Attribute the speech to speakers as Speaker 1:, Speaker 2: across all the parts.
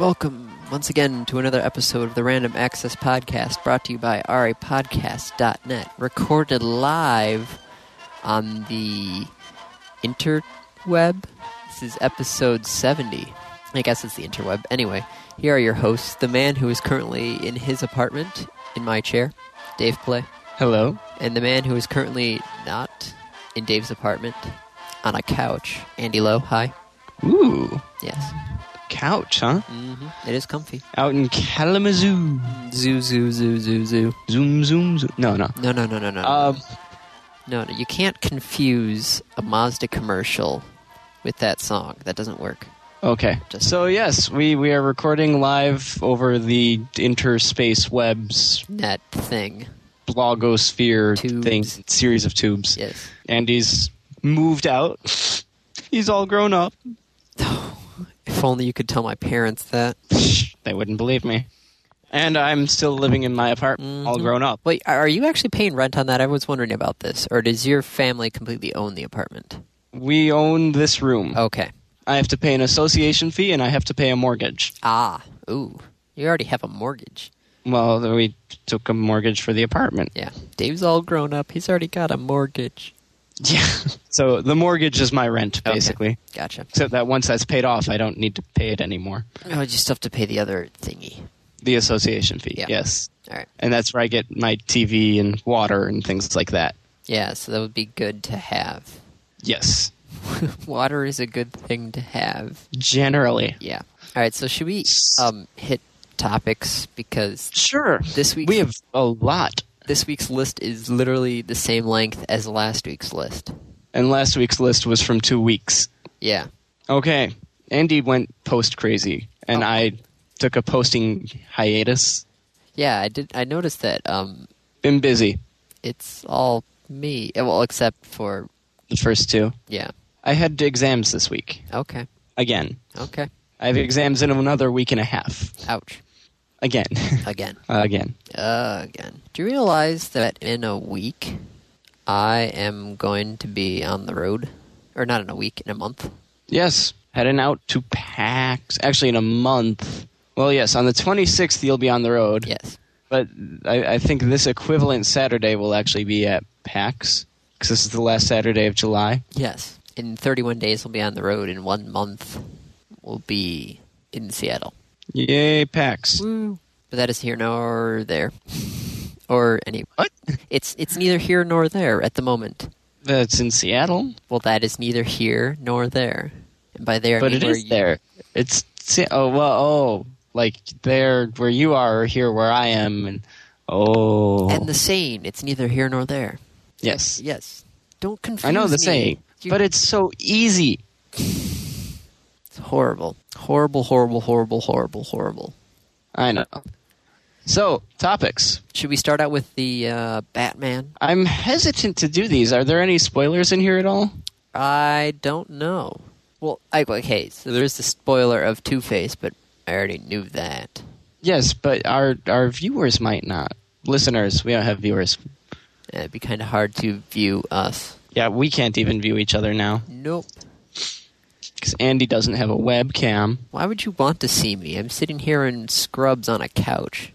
Speaker 1: Welcome once again to another episode of the Random Access Podcast brought to you by RAPodcast.net, recorded live on the interweb. This is episode 70. I guess it's the interweb. Anyway, here are your hosts the man who is currently in his apartment in my chair, Dave Play,
Speaker 2: Hello.
Speaker 1: and the man who is currently not in Dave's apartment on a couch, Andy Lowe. Hi.
Speaker 2: Ooh,
Speaker 1: Yes.
Speaker 2: couch, huh?
Speaker 1: hmm It is comfy.
Speaker 2: Out in Kalamazoo.
Speaker 1: Zoo, zoo, zoo, zoo, zoo.
Speaker 2: Zoom, zoom, zoom. No, no.
Speaker 1: No, no, no, no, no. no.
Speaker 2: Um,
Speaker 1: no, no, you can't confuse a Mazda commercial with that song. That doesn't work.
Speaker 2: okay.
Speaker 1: Just-
Speaker 2: So yes, we we are recording live over the interspace webs
Speaker 1: Net thing.
Speaker 2: blogosphere
Speaker 1: Tubes.
Speaker 2: thing series of tubes.
Speaker 1: Yes.
Speaker 2: Andy's moved out. He's all grown up.
Speaker 1: If only you could tell my parents that.
Speaker 2: They wouldn't believe me. And I'm still living in my apartment, all
Speaker 1: Mhm.
Speaker 2: grown up.
Speaker 1: Wait, are are you actually paying rent on that? I was wondering about this. Or does your family completely own the apartment?
Speaker 2: We own this room.
Speaker 1: Okay.
Speaker 2: I have to pay an association fee, and I have to pay a mortgage.
Speaker 1: Ah, ooh. You already have a mortgage.
Speaker 2: Well, we took a mortgage for the apartment.
Speaker 1: Yeah. Dave's all grown up. He's already got a mortgage.
Speaker 2: Yeah. So the mortgage is my rent,
Speaker 1: Okay.
Speaker 2: basically.
Speaker 1: Gotcha.
Speaker 2: Except that once that's paid off, I don't need to pay it anymore.
Speaker 1: Oh, you still have to pay the other thingy.
Speaker 2: The association fee,
Speaker 1: Yeah.
Speaker 2: yes.
Speaker 1: All right.
Speaker 2: And that's where I get my TV and water and things like that.
Speaker 1: Yeah, so that would be good to have.
Speaker 2: Yes.
Speaker 1: Water is a good thing to have.
Speaker 2: Generally.
Speaker 1: Yeah. All right. So should we um, hit topics because
Speaker 2: Sure.
Speaker 1: this week's
Speaker 2: We have a lot.
Speaker 1: this week's list is literally the same length as last week's list.
Speaker 2: And last week's list was from two weeks.
Speaker 1: Yeah.
Speaker 2: Okay. Andy went post crazy, and
Speaker 1: Oh.
Speaker 2: I took a posting hiatus.
Speaker 1: Yeah. I did. I noticed that um,
Speaker 2: Been busy,
Speaker 1: it's all me. eh, Well, except for
Speaker 2: the first two.
Speaker 1: yeah.
Speaker 2: I had exams this week,
Speaker 1: Okay.
Speaker 2: again.
Speaker 1: Okay.
Speaker 2: I have exams in another week and a half.
Speaker 1: Ouch.
Speaker 2: Again. Uh,
Speaker 1: Again.
Speaker 2: Again.
Speaker 1: again. Do you realize that in a week I am going to be on the road, or not in a week, in a month?
Speaker 2: Yes. Heading out to PAX. Actually, in a month. Well, yes, on the 26th, you'll be on the road.
Speaker 1: Yes.
Speaker 2: But I, I think this equivalent Saturday will actually be at PAX. Because this is the last Saturday of July.
Speaker 1: Yes. In 31 days, we'll be on the road. In one month, we'll be in Seattle.
Speaker 2: Yay, PAX.
Speaker 1: Woo. But that is here nor there. Or any.
Speaker 2: What?
Speaker 1: It's, it's neither here nor there at the moment.
Speaker 2: That's in Seattle.
Speaker 1: Well, that is neither here nor there. And by there, I
Speaker 2: but
Speaker 1: mean
Speaker 2: it
Speaker 1: where
Speaker 2: is
Speaker 1: you-
Speaker 2: there. It's. Se- Oh, well, oh. Like there where you are or here where I am. And. Oh.
Speaker 1: And the saying, it's neither here nor there.
Speaker 2: yes.
Speaker 1: Yes. Don't confuse
Speaker 2: I know the
Speaker 1: me.
Speaker 2: saying.
Speaker 1: You-
Speaker 2: But it's so easy.
Speaker 1: It's horrible. Horrible, horrible, horrible, horrible, horrible.
Speaker 2: I know.
Speaker 1: Oh.
Speaker 2: So, topics.
Speaker 1: Should we start out with the uh, Batman?
Speaker 2: I'm hesitant to do these. Are there any spoilers in here at all?
Speaker 1: I don't know. Well, I, okay, so there's the spoiler of Two Face, but I already knew that.
Speaker 2: Yes, but our our viewers might not. Listeners, we don't have viewers.
Speaker 1: And it'd be kind of hard to view us.
Speaker 2: Yeah, we can't even view each other now
Speaker 1: Nope.
Speaker 2: because Andy doesn't have a webcam.
Speaker 1: Why would you want to see me? I'm sitting here in scrubs on a couch.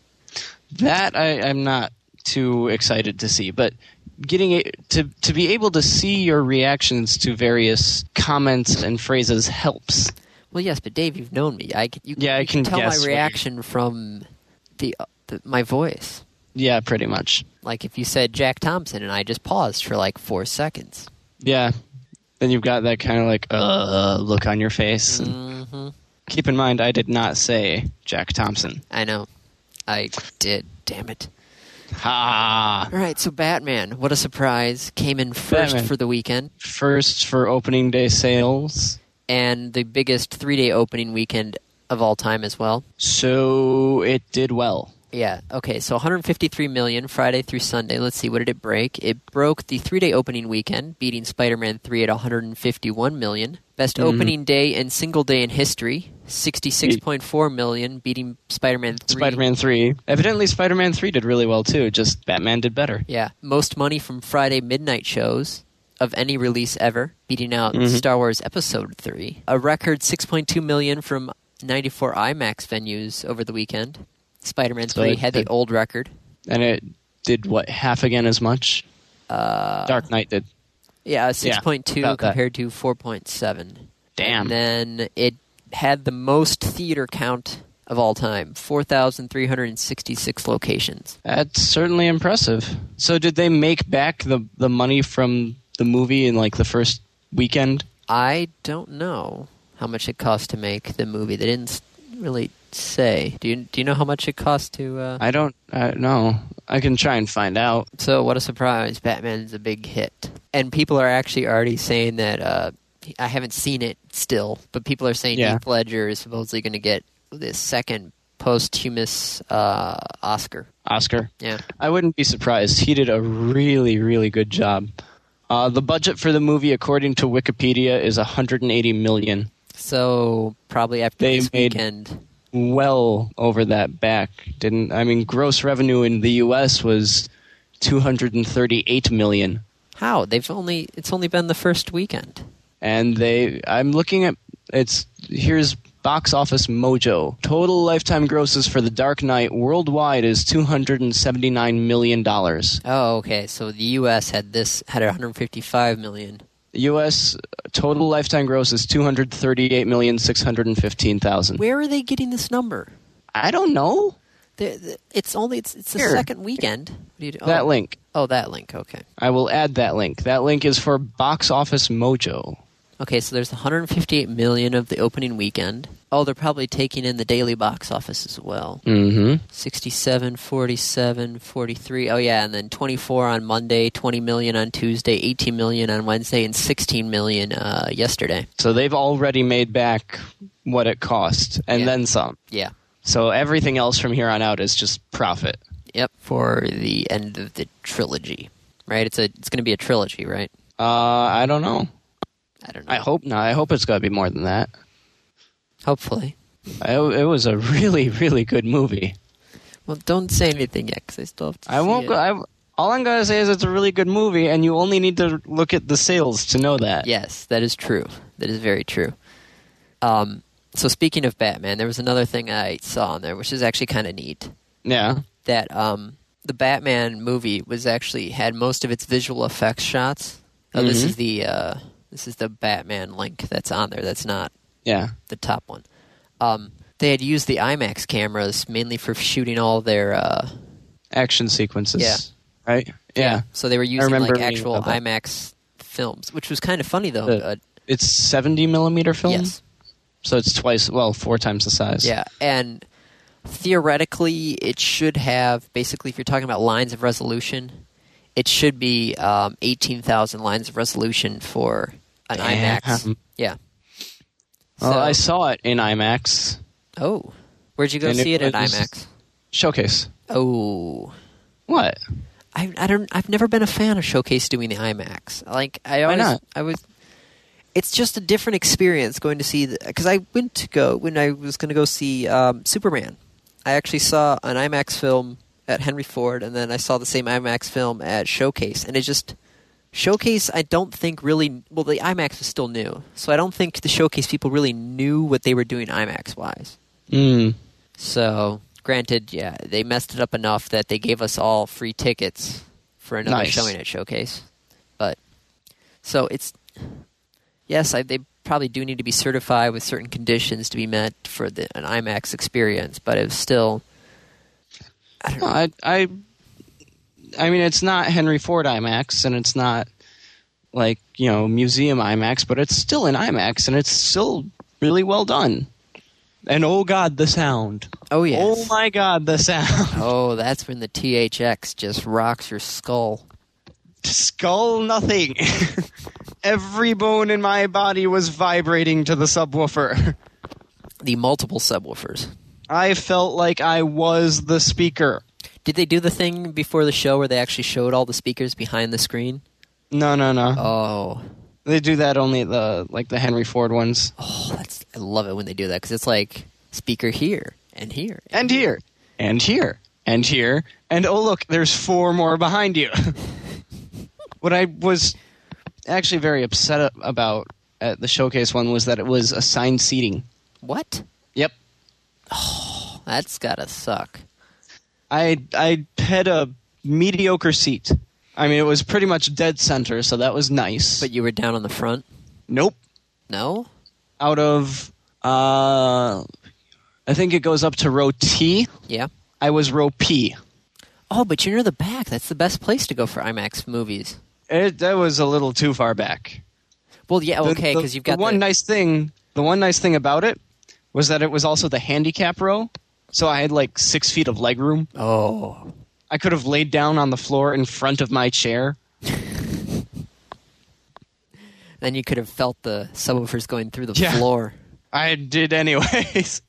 Speaker 2: That I, I'm not too excited to see, but getting it, to to be able to see your reactions to various comments and phrases helps.
Speaker 1: Well, yes, but Dave, you've known me. I c- you,
Speaker 2: Yeah, I
Speaker 1: you
Speaker 2: can
Speaker 1: tell
Speaker 2: guess what
Speaker 1: my
Speaker 2: you-
Speaker 1: reaction from the, uh, the my voice.
Speaker 2: Yeah, pretty much.
Speaker 1: Like if you said Jack Thompson, and I just paused for like four seconds.
Speaker 2: Yeah. Then you've got that kind of like uh look on your face. and-
Speaker 1: hmm
Speaker 2: Keep in mind, I did not say Jack Thompson.
Speaker 1: I know. I did. Damn it.
Speaker 2: Ha!
Speaker 1: All right, so Batman, what a surprise, came in first
Speaker 2: Batman.
Speaker 1: for the weekend
Speaker 2: First for opening day sales.
Speaker 1: and the biggest three day opening weekend of all time as well.
Speaker 2: So it did well.
Speaker 1: Yeah, okay, so 153 million Friday through Sunday. Let's see, what did it break? It broke the three day opening weekend, beating Spider Man 3 at 151 million. Best opening day and single day in history, 66.4 million, beating Spider Man 3.
Speaker 2: Spider Man 3. Evidently, Spider Man 3 did really well too, just Batman did better.
Speaker 1: Yeah, most money from Friday midnight shows of any release ever, beating out
Speaker 2: Mhm.
Speaker 1: Star Wars Episode Three. A record 6.2 million from 94 IMAX venues over the weekend. Spider Man
Speaker 2: So
Speaker 1: 3
Speaker 2: it-
Speaker 1: had the
Speaker 2: it-
Speaker 1: old record.
Speaker 2: And it did what half again as much. Uh, Dark Knight did.
Speaker 1: Yeah, 6.2
Speaker 2: about that.
Speaker 1: compared to 4.7. And
Speaker 2: Damn.
Speaker 1: then it had the most theater count of all time 4,366 locations.
Speaker 2: That's certainly impressive. So did they make back the the money from the movie in like the first weekend?
Speaker 1: I don't know how much it cost to make the movie. They didn't s- really say. Do you, do you know how much it cost to. Uh...
Speaker 2: I don't I, know. I can try and find out.
Speaker 1: So what a surprise! Batman's a big hit, and people are actually already saying that. Uh, I haven't seen it still, but people are saying
Speaker 2: Yeah.
Speaker 1: Heath Ledger is supposedly going to get this second posthumous uh, Oscar.
Speaker 2: Oscar.
Speaker 1: Yeah,
Speaker 2: I wouldn't be surprised. He did a really really good job. Uh, the budget for the movie, according to Wikipedia, is 180 million.
Speaker 1: so probably after
Speaker 2: They
Speaker 1: this
Speaker 2: made-
Speaker 1: weekend.
Speaker 2: Well over that back, didn't? I mean, gross revenue in the U.S. was 238 million.
Speaker 1: How they've only it's only been the first weekend.
Speaker 2: and they i'm looking at it's here's box office mojo total lifetime grosses for the dark knight worldwide is 279 million dollars
Speaker 1: Oh, okay. So the U.S. had this had 155 million.
Speaker 2: us total lifetime gross is 238 million 615 thousand
Speaker 1: Where are they getting this number?
Speaker 2: i don't know
Speaker 1: They- they- It's only it's it's the
Speaker 2: Here.
Speaker 1: second weekend. What do you do?
Speaker 2: that
Speaker 1: oh.
Speaker 2: link
Speaker 1: Oh, that link. Okay.
Speaker 2: i will add that link that link is for box office mojo
Speaker 1: Okay, so there's 158 million of the opening weekend. Oh, they're probably taking in the daily box office as well.
Speaker 2: mm-hmm
Speaker 1: 67, 47, 43. Oh yeah, and then 24 on Monday, 20 million on Tuesday, 18 million on Wednesday, and 16 million uh, yesterday.
Speaker 2: so they've already made back what it cost and
Speaker 1: Yeah.
Speaker 2: then some
Speaker 1: Yeah.
Speaker 2: so everything else from here on out is just profit
Speaker 1: Yep. For the end of the trilogy, right? It's a it's going to be a trilogy, right?
Speaker 2: uh i don't know
Speaker 1: I don't know.
Speaker 2: I hope not. I hope it's got to be more than that.
Speaker 1: Hopefully.
Speaker 2: I, it was a really, really good movie.
Speaker 1: Well, don't say anything yet, because I still have to.
Speaker 2: I
Speaker 1: see
Speaker 2: won't.
Speaker 1: it.
Speaker 2: Go, I, all I'm gonna say is it's a really good movie, and you only need to look at the sales to know that.
Speaker 1: Yes, that is true. That is very true. Um, so speaking of Batman, there was another thing I saw on there, which is actually kind of neat.
Speaker 2: Yeah.
Speaker 1: That um, the Batman movie was actually had most of its visual effects shots. Oh, this
Speaker 2: Mhm.
Speaker 1: is the uh, this is the Batman link that's on there. That's not
Speaker 2: Yeah.
Speaker 1: the top one. Um, they had used the IMAX cameras mainly for shooting all their uh,
Speaker 2: Action sequences.
Speaker 1: Yeah.
Speaker 2: Right. Yeah.
Speaker 1: So they were using
Speaker 2: remember
Speaker 1: like
Speaker 2: reading
Speaker 1: actual
Speaker 2: about that.
Speaker 1: IMAX films, which was kind of funny though.
Speaker 2: The
Speaker 1: uh,
Speaker 2: It's 70 millimeter film.
Speaker 1: yes.
Speaker 2: So it's twice, well, four times the size.
Speaker 1: Yeah, and theoretically, it should have basically, if you're talking about lines of resolution, it should be um, eighteen thousand lines of resolution for an
Speaker 2: Damn.
Speaker 1: IMAX. Yeah.
Speaker 2: Well,
Speaker 1: So-
Speaker 2: I saw it in IMAX
Speaker 1: oh, where'd you go
Speaker 2: And it
Speaker 1: see it, at
Speaker 2: was-
Speaker 1: IMAX?
Speaker 2: showcase.
Speaker 1: Oh,
Speaker 2: What?
Speaker 1: I, I don't. I've never been a fan of Showcase doing the IMAX. Like I always,
Speaker 2: not?
Speaker 1: I was. It's just a different experience going to see because I went to go when I was going to go see um, Superman. I actually saw an IMAX film at Henry Ford, and then I saw the same IMAX film at Showcase, and it just Showcase. I don't think really. Well, the IMAX was still new, so I don't think the Showcase people really knew what they were doing IMAX wise.
Speaker 2: Mm.
Speaker 1: So, granted, yeah, they messed it up enough that they gave us all free tickets for another
Speaker 2: Nice.
Speaker 1: showing at Showcase. But so it's yes, I, they probably do need to be certified with certain conditions to be met for the, an IMAX experience. But it's still, I don't
Speaker 2: No,
Speaker 1: know.
Speaker 2: I, I, I mean, it's not Henry Ford IMAX, and it's not like you know museum IMAX, but it's still an IMAX, and it's still really well done. And oh god, the sound!
Speaker 1: Oh yes.
Speaker 2: Oh my god, the sound!
Speaker 1: Oh, that's when the THX just rocks your skull.
Speaker 2: Skull nothing. Every bone in my body was vibrating to the subwoofer.
Speaker 1: The multiple subwoofers.
Speaker 2: I felt like I was the speaker.
Speaker 1: Did they do the thing before the show where they actually showed all the speakers behind the screen?
Speaker 2: No, no, no.
Speaker 1: Oh,
Speaker 2: They do that only at the like the Henry Ford ones.
Speaker 1: Oh, that's I love it when they do that because it's like speaker here and here.
Speaker 2: and here, and here, and here, and oh look, there's four more behind you. what I was actually very upset about at the showcase one was that it was assigned seating.
Speaker 1: What?
Speaker 2: Yep,
Speaker 1: Oh, that's gotta suck.
Speaker 2: I I had a mediocre seat. I mean, it was pretty much dead center, so that was nice.
Speaker 1: But you were down on the front.
Speaker 2: nope,
Speaker 1: No.
Speaker 2: out of uh, I think it goes up to row T.
Speaker 1: Yeah.
Speaker 2: I was row P.
Speaker 1: Oh, but you're near the back. That's the best place to go for IMAX movies.
Speaker 2: It, that was a little too far back.
Speaker 1: Well, yeah,
Speaker 2: The-
Speaker 1: okay,
Speaker 2: the-
Speaker 1: because you've got
Speaker 2: the one nice thing. The one nice thing about it was that it was also the handicap row, so I had like six feet of leg room.
Speaker 1: Oh,
Speaker 2: I could have laid down on the floor in front of my chair.
Speaker 1: then you could have felt the subwoofers going through the
Speaker 2: Yeah.
Speaker 1: floor.
Speaker 2: I did anyways.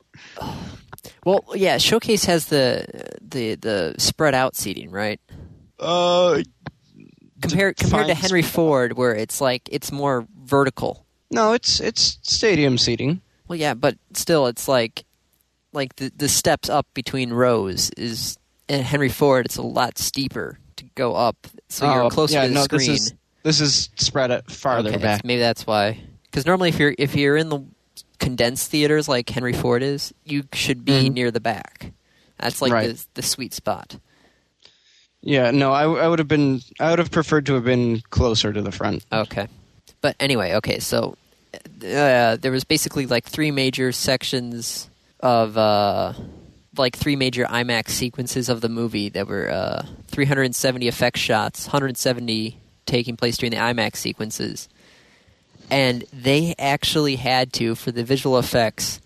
Speaker 1: Well, yeah, Showcase has the the the spread out seating, right?
Speaker 2: Uh,
Speaker 1: Compared compared to
Speaker 2: Fine.
Speaker 1: Henry Ford, where it's like it's more vertical.
Speaker 2: no, it's it's stadium seating.
Speaker 1: Well, yeah, but still, it's like like the the steps up between rows is at Henry Ford. It's a lot steeper to go up, so
Speaker 2: Oh,
Speaker 1: you're closer
Speaker 2: yeah,
Speaker 1: to the
Speaker 2: no,
Speaker 1: screen.
Speaker 2: This is, this is spread out farther
Speaker 1: Okay, that's-
Speaker 2: back.
Speaker 1: Maybe that's why. Because normally, if you're if you're in the condensed theaters like Henry Ford is, you should be
Speaker 2: Mhm.
Speaker 1: near the back. That's like
Speaker 2: Right.
Speaker 1: the the sweet spot.
Speaker 2: Yeah, no, I, I would have been. I would have preferred to have been closer to the front.
Speaker 1: Okay. But anyway, okay, so uh, there was basically like three major sections of uh, like three major IMAX sequences of the movie that were uh, 370 effect shots, 170 taking place during the IMAX sequences. And they actually had to, for the visual effects,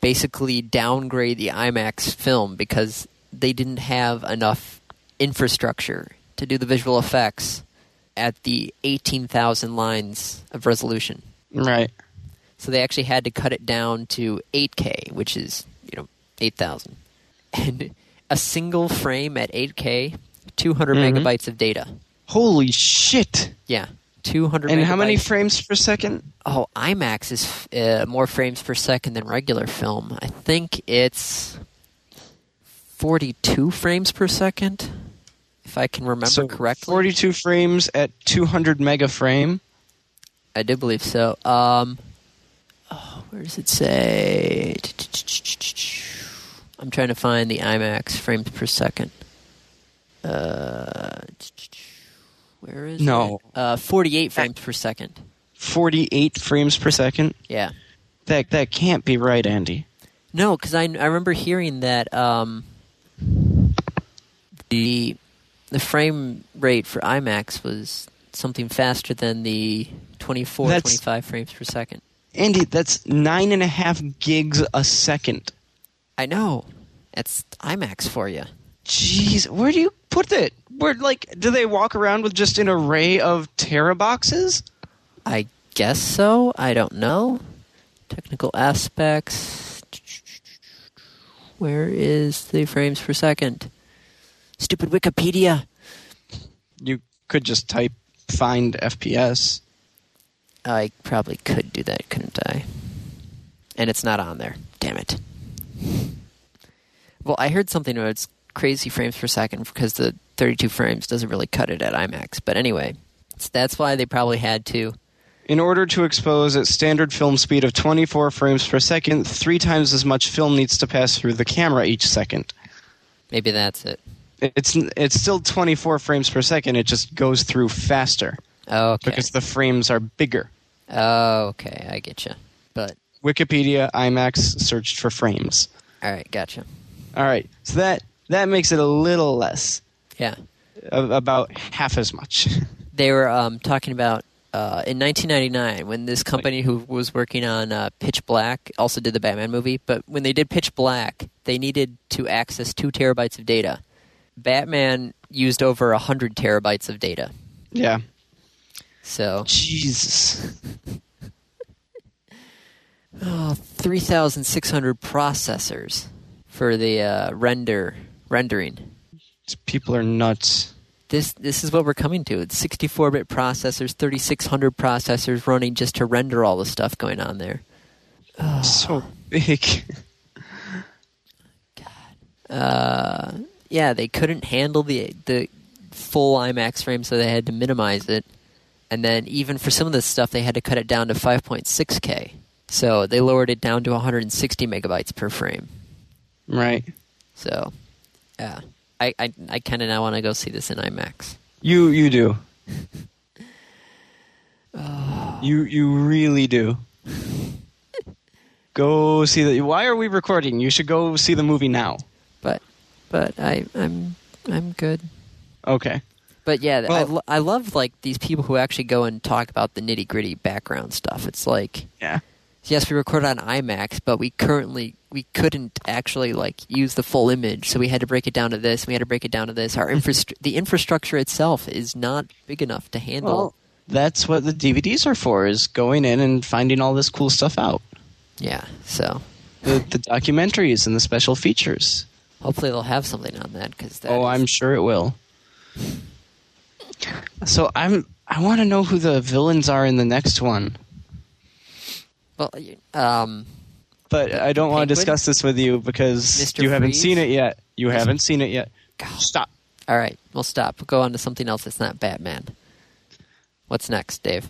Speaker 1: basically downgrade the IMAX film because they didn't have enough infrastructure to do the visual effects at the 18,000 lines of resolution.
Speaker 2: Right.
Speaker 1: So they actually had to cut it down to 8K, which is, you know, 8,000. And a single frame at 8K, 200
Speaker 2: Mhm.
Speaker 1: megabytes of data.
Speaker 2: Holy shit!
Speaker 1: Yeah. 200
Speaker 2: And how many
Speaker 1: megabytes.
Speaker 2: frames per second?
Speaker 1: Oh, IMAX is uh, more frames per second than regular film. I think it's 42 frames per second, if I can remember correctly.
Speaker 2: Forty-two frames at two hundred mega frame.
Speaker 1: I do believe so. Um, oh, where does it say? I'm trying to find the IMAX frames per second. Uh, where is
Speaker 2: No.
Speaker 1: it? Uh, 48 frames per second.
Speaker 2: Forty-eight frames per second.
Speaker 1: Yeah.
Speaker 2: That that can't be right, Andy.
Speaker 1: No, because I, I remember hearing that um, the the frame rate for IMAX was something faster than the 24,
Speaker 2: That's-
Speaker 1: 25 frames per second.
Speaker 2: Andy, that's nine and a half gigs a second.
Speaker 1: I know. That's IMAX for you.
Speaker 2: Jeez, where do you put it? Where like do they walk around with just an array of teraboxes?
Speaker 1: I guess so. I don't know. Technical aspects. Where is the frames per second? Stupid Wikipedia.
Speaker 2: You could just type find FPS.
Speaker 1: I probably could do that, couldn't I? And it's not on there. Damn it. Well, I heard something about it's crazy frames per second because the 32 frames doesn't really cut it at IMAX. But anyway, it's- that's why they probably had to.
Speaker 2: In order to expose at standard film speed of 24 frames per second, three times as much film needs to pass through the camera each second.
Speaker 1: Maybe that's it.
Speaker 2: It's it's still 24 frames per second. It just goes through faster
Speaker 1: Okay.
Speaker 2: because the frames are bigger.
Speaker 1: okay, I get you. But
Speaker 2: Wikipedia IMAX searched for frames.
Speaker 1: all right, gotcha.
Speaker 2: All right, so that that makes it a little less,
Speaker 1: Yeah.
Speaker 2: a- about half as much.
Speaker 1: They were um, talking about uh, in 1999 when this company who was working on uh, Pitch Black also did the Batman movie, but when they did Pitch Black, they needed to access two terabytes of data. Batman used over 100 terabytes of data.
Speaker 2: yeah.
Speaker 1: So
Speaker 2: Jesus.
Speaker 1: oh, 3,600 processors for the uh, render rendering.
Speaker 2: These people are nuts.
Speaker 1: this this is what we're coming to. It's 64-bit processors, 3600 processors running just to render all the stuff going on there.
Speaker 2: So big.
Speaker 1: Uh, yeah, they couldn't handle the the full IMAX frame, so they had to minimize it. And then even for some of this stuff, they had to cut it down to 5.6K. So they lowered it down to 160 megabytes per frame.
Speaker 2: Right.
Speaker 1: So, yeah, I I, I kind of now want to go see this in IMAX.
Speaker 2: You you do. you you really do. go see the. Why are we recording? You should go see the movie now.
Speaker 1: But but I I'm I'm good.
Speaker 2: Okay.
Speaker 1: But yeah, th- I,
Speaker 2: Well-
Speaker 1: lo- I love like these people who actually go and talk about the nitty gritty background stuff. It's like
Speaker 2: Yeah.
Speaker 1: yes, we recorded on IMAX, but we currently we couldn't actually like use the full image, so we had to break it down to this. and We had to break it down to this. Our infrastru- the infrastructure itself is not big enough to handle.
Speaker 2: Well, that's what the DVDs are for: is going in and finding all this cool stuff out.
Speaker 1: yeah, so
Speaker 2: The, the documentaries and the special features.
Speaker 1: hopefully they'll have something on that because
Speaker 2: Oh, I'm sure it will. So I'm. I want to know who the villains are in the next one,
Speaker 1: well, you- um,
Speaker 2: but I don't want to
Speaker 1: Penguin?
Speaker 2: discuss this with you because
Speaker 1: Mr.
Speaker 2: you haven't
Speaker 1: Freeze?
Speaker 2: seen it yet. You haven't seen it yet. Stop.
Speaker 1: all right, we'll stop. We'll go on to something else that's not Batman. What's next, Dave?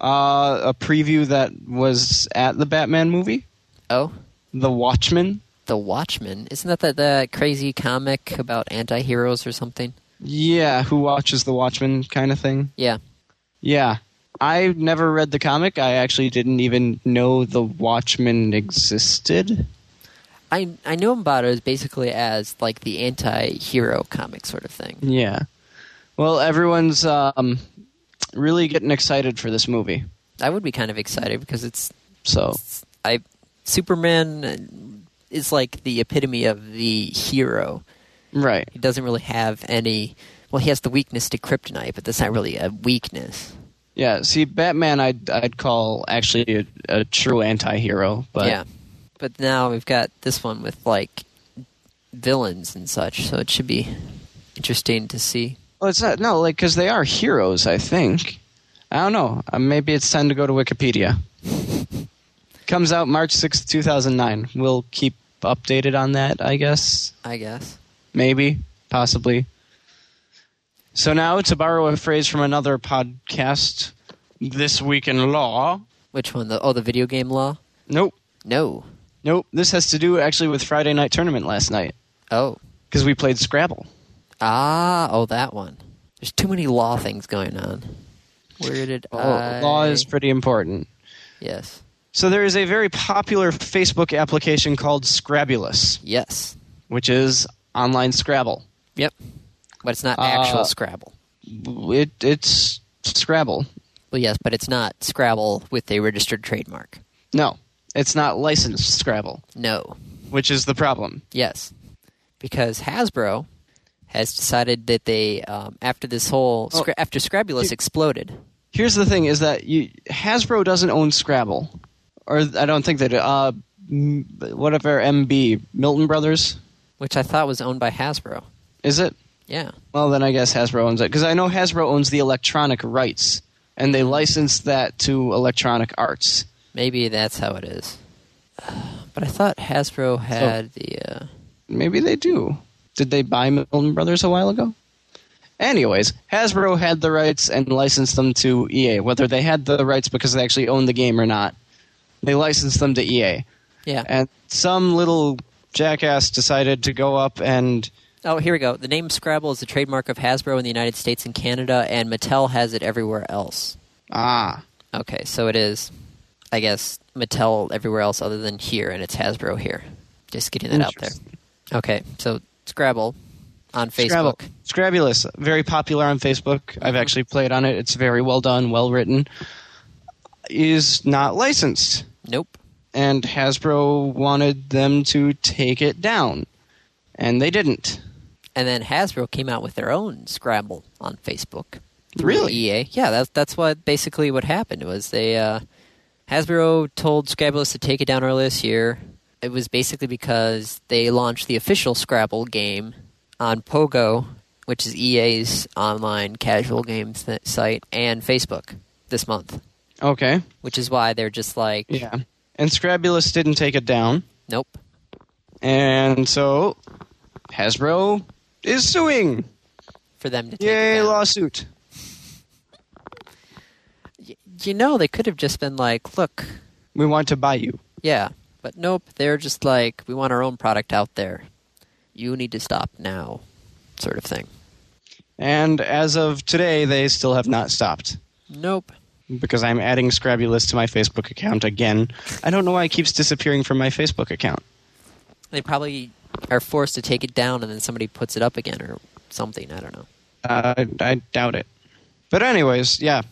Speaker 2: Uh, a preview that was at the Batman movie,
Speaker 1: Oh,
Speaker 2: The Watchmen.
Speaker 1: The Watchmen. Isn't that that, that crazy comic about anti-heroes or something?
Speaker 2: Yeah, who watches The Watchmen kind of thing.
Speaker 1: Yeah.
Speaker 2: Yeah. I never read the comic. I actually didn't even know The Watchmen existed.
Speaker 1: I I knew about it as basically as like the anti-hero comic sort of thing.
Speaker 2: Yeah. Well, everyone's um, really getting excited for this movie.
Speaker 1: I would be kind of excited because it's,
Speaker 2: So,
Speaker 1: it's I Superman is like the epitome of the hero.
Speaker 2: right.
Speaker 1: He doesn't really have any. Well, he has the weakness to kryptonite, but that's not really a weakness.
Speaker 2: Yeah, see, Batman I'd, I'd call actually a, a true anti hero, but
Speaker 1: yeah. But now we've got this one with like villains and such, so it should be interesting to see.
Speaker 2: Well, it's not no like because they are heroes. I think. I don't know. Uh, maybe it's time to go to Wikipedia. Comes out March sixth, two thousand nine. We'll keep updated on that. I guess.
Speaker 1: I guess.
Speaker 2: Maybe. Possibly. So now, to borrow a phrase from another podcast, this week in law.
Speaker 1: Which one? The oh, the video game law?
Speaker 2: Nope.
Speaker 1: No.
Speaker 2: Nope. This has to do actually with Friday night tournament last night
Speaker 1: Oh.
Speaker 2: because we played Scrabble.
Speaker 1: Ah, oh, that one. There's too many law things going on. Where did
Speaker 2: Oh,
Speaker 1: I?
Speaker 2: Law is pretty important.
Speaker 1: yes,
Speaker 2: So there is a very popular Facebook application called Scrabulous.
Speaker 1: yes,
Speaker 2: which is online Scrabble.
Speaker 1: yep. But it's not
Speaker 2: Uh,
Speaker 1: actual Scrabble.
Speaker 2: It it's Scrabble.
Speaker 1: Well, yes, but it's not Scrabble with a registered trademark.
Speaker 2: No, it's not licensed Scrabble,
Speaker 1: No.
Speaker 2: which is the problem.
Speaker 1: Yes, because Hasbro has decided that they, um, after this whole
Speaker 2: Oh,
Speaker 1: Scra- after Scrabulous exploded,
Speaker 2: Here's the thing: is that you, Hasbro doesn't own Scrabble, or I don't think they do. Uh, m- whatever MB Milton Brothers
Speaker 1: which I thought was owned by Hasbro.
Speaker 2: is it?
Speaker 1: Yeah.
Speaker 2: Well, then I guess Hasbro owns it because I know Hasbro owns the electronic rights, and they license that to Electronic Arts.
Speaker 1: Maybe that's how it is. But I thought Hasbro had the. Uh,
Speaker 2: Maybe they do. Did they buy Milton Brothers a while ago? Anyways, Hasbro had the rights and licensed them to EA. Whether they had the rights because they actually owned the game or not, they licensed them to E EA.
Speaker 1: yeah.
Speaker 2: And some little jackass decided to go up and
Speaker 1: Oh, here we go. The name Scrabble is the trademark of Hasbro in the United States and Canada, and Mattel has it everywhere else.
Speaker 2: ah,
Speaker 1: Okay, so it is, I guess, Mattel everywhere else other than here, and it's Hasbro here. Just getting that out there.
Speaker 2: Interesting.
Speaker 1: Okay, so Scrabble on Facebook. Mm-hmm.
Speaker 2: Scrabble. Scrabulous, very popular on Facebook. I've actually played on it. It's very well done, well written. Is not licensed.
Speaker 1: Nope.
Speaker 2: and Hasbro wanted them to take it down, and they didn't.
Speaker 1: And then Hasbro came out with their own Scrabble on Facebook. through
Speaker 2: Really?
Speaker 1: EA. Yeah, that's that's what basically what happened was they uh, Hasbro told Scrabblers to take it down earlier this year. It was basically because they launched the official Scrabble game on Pogo, which is EA's online casual games th- site, and Facebook this month,
Speaker 2: Okay.
Speaker 1: which is why they're just like,
Speaker 2: Yeah. And Scrabulous didn't take it down,
Speaker 1: nope.
Speaker 2: and so Hasbro is suing.
Speaker 1: For them to take it
Speaker 2: Yay,
Speaker 1: down.
Speaker 2: lawsuit.
Speaker 1: You know, they could have just been like, look,
Speaker 2: We want to buy you.
Speaker 1: yeah, But nope, they're just like, we want our own product out there. You need to stop now, sort of thing.
Speaker 2: And as of today, they still have not stopped
Speaker 1: Nope.
Speaker 2: because I'm adding Scrabby List to my Facebook account again. I don't know why it keeps disappearing from my Facebook account.
Speaker 1: They probably are forced to take it down and then somebody puts it up again or something. I don't know.
Speaker 2: Uh, I, I doubt it. But anyways, yeah,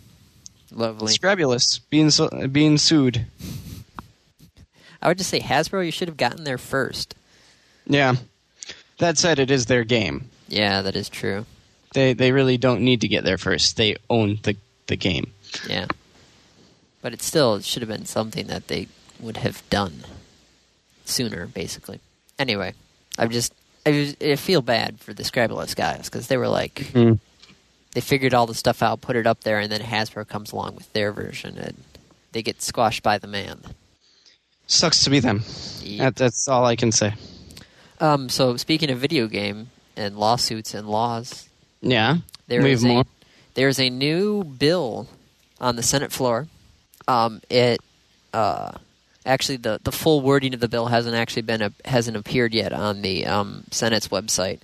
Speaker 1: Lovely.
Speaker 2: Scrabulous being su- being sued.
Speaker 1: I would just say Hasbro, you should have gotten there first.
Speaker 2: Yeah. That said, it is their game.
Speaker 1: Yeah, that is true.
Speaker 2: They they really don't need to get there first. They own the the game.
Speaker 1: Yeah. But it still it should have been something that they would have done sooner, basically. Anyway, I'm just I, was- I feel bad for the Scrabulous guys because they were like
Speaker 2: Mm.
Speaker 1: they figured all the stuff out, put it up there, and then Hasbro comes along with their version, and they get squashed by the man.
Speaker 2: Sucks to be them. That, that's all I can say.
Speaker 1: Um, so speaking of video game and lawsuits and laws,
Speaker 2: Yeah.
Speaker 1: there
Speaker 2: We
Speaker 1: is
Speaker 2: have
Speaker 1: a,
Speaker 2: more.
Speaker 1: there is a new bill on the Senate floor. Um, it uh, actually the the full wording of the bill hasn't actually been a, hasn't appeared yet on the um, Senate's website,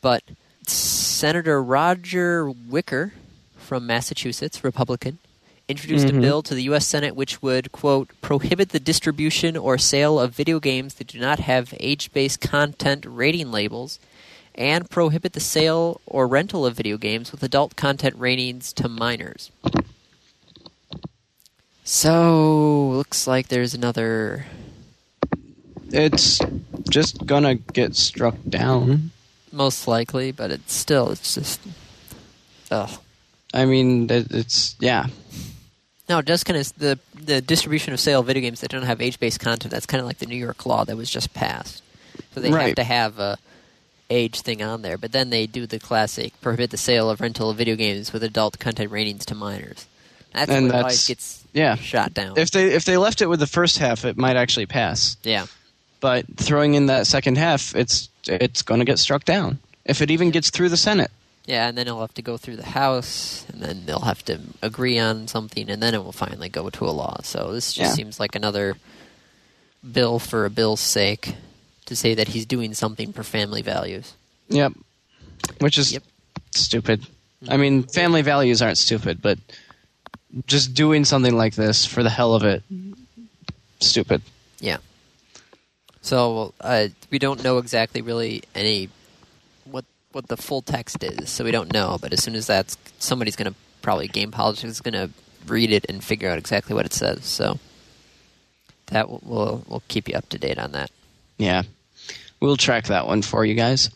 Speaker 1: but Senator Roger Wicker from Massachusetts, Republican, introduced a
Speaker 2: Mhm.
Speaker 1: bill to the U.S. Senate which would quote prohibit the distribution or sale of video games that do not have age-based content rating labels. And prohibit the sale or rental of video games with adult content ratings to minors. So looks like there's another.
Speaker 2: It's just gonna get struck down.
Speaker 1: Most likely, but it's still it's just. Ugh.
Speaker 2: I mean, it, it's yeah.
Speaker 1: No, just kind of the the distribution of sale of video games that don't have age based content. That's kind of like the New York law that was just passed. So they have
Speaker 2: Right.
Speaker 1: to have a age thing on there, but then they do the classic prohibit the sale of rental of video games with adult content ratings to minors. That's
Speaker 2: And
Speaker 1: what always
Speaker 2: that's-
Speaker 1: gets
Speaker 2: Yeah.
Speaker 1: shot down.
Speaker 2: If they if they left it with the first half, it might actually pass.
Speaker 1: yeah,
Speaker 2: But throwing in that second half, it's it's gonna get struck down. If it even gets through the Senate.
Speaker 1: yeah, and then it'll have to go through the House, and then they'll have to agree on something, and then it will finally go to a law. So this just
Speaker 2: Yeah.
Speaker 1: seems like another bill for a bill's sake to say that he's doing something for family values.
Speaker 2: Yep. Which is
Speaker 1: Yep.
Speaker 2: stupid. I mean, family values aren't stupid, but just doing something like this for the hell of it, stupid.
Speaker 1: Yeah. So uh, we don't know exactly really any what what the full text is, so we don't know. But as soon as that's somebody's going to probably game politics is going to read it and figure out exactly what it says. So that will we'll, we'll keep you up to date on that.
Speaker 2: Yeah. We'll track that one for you guys.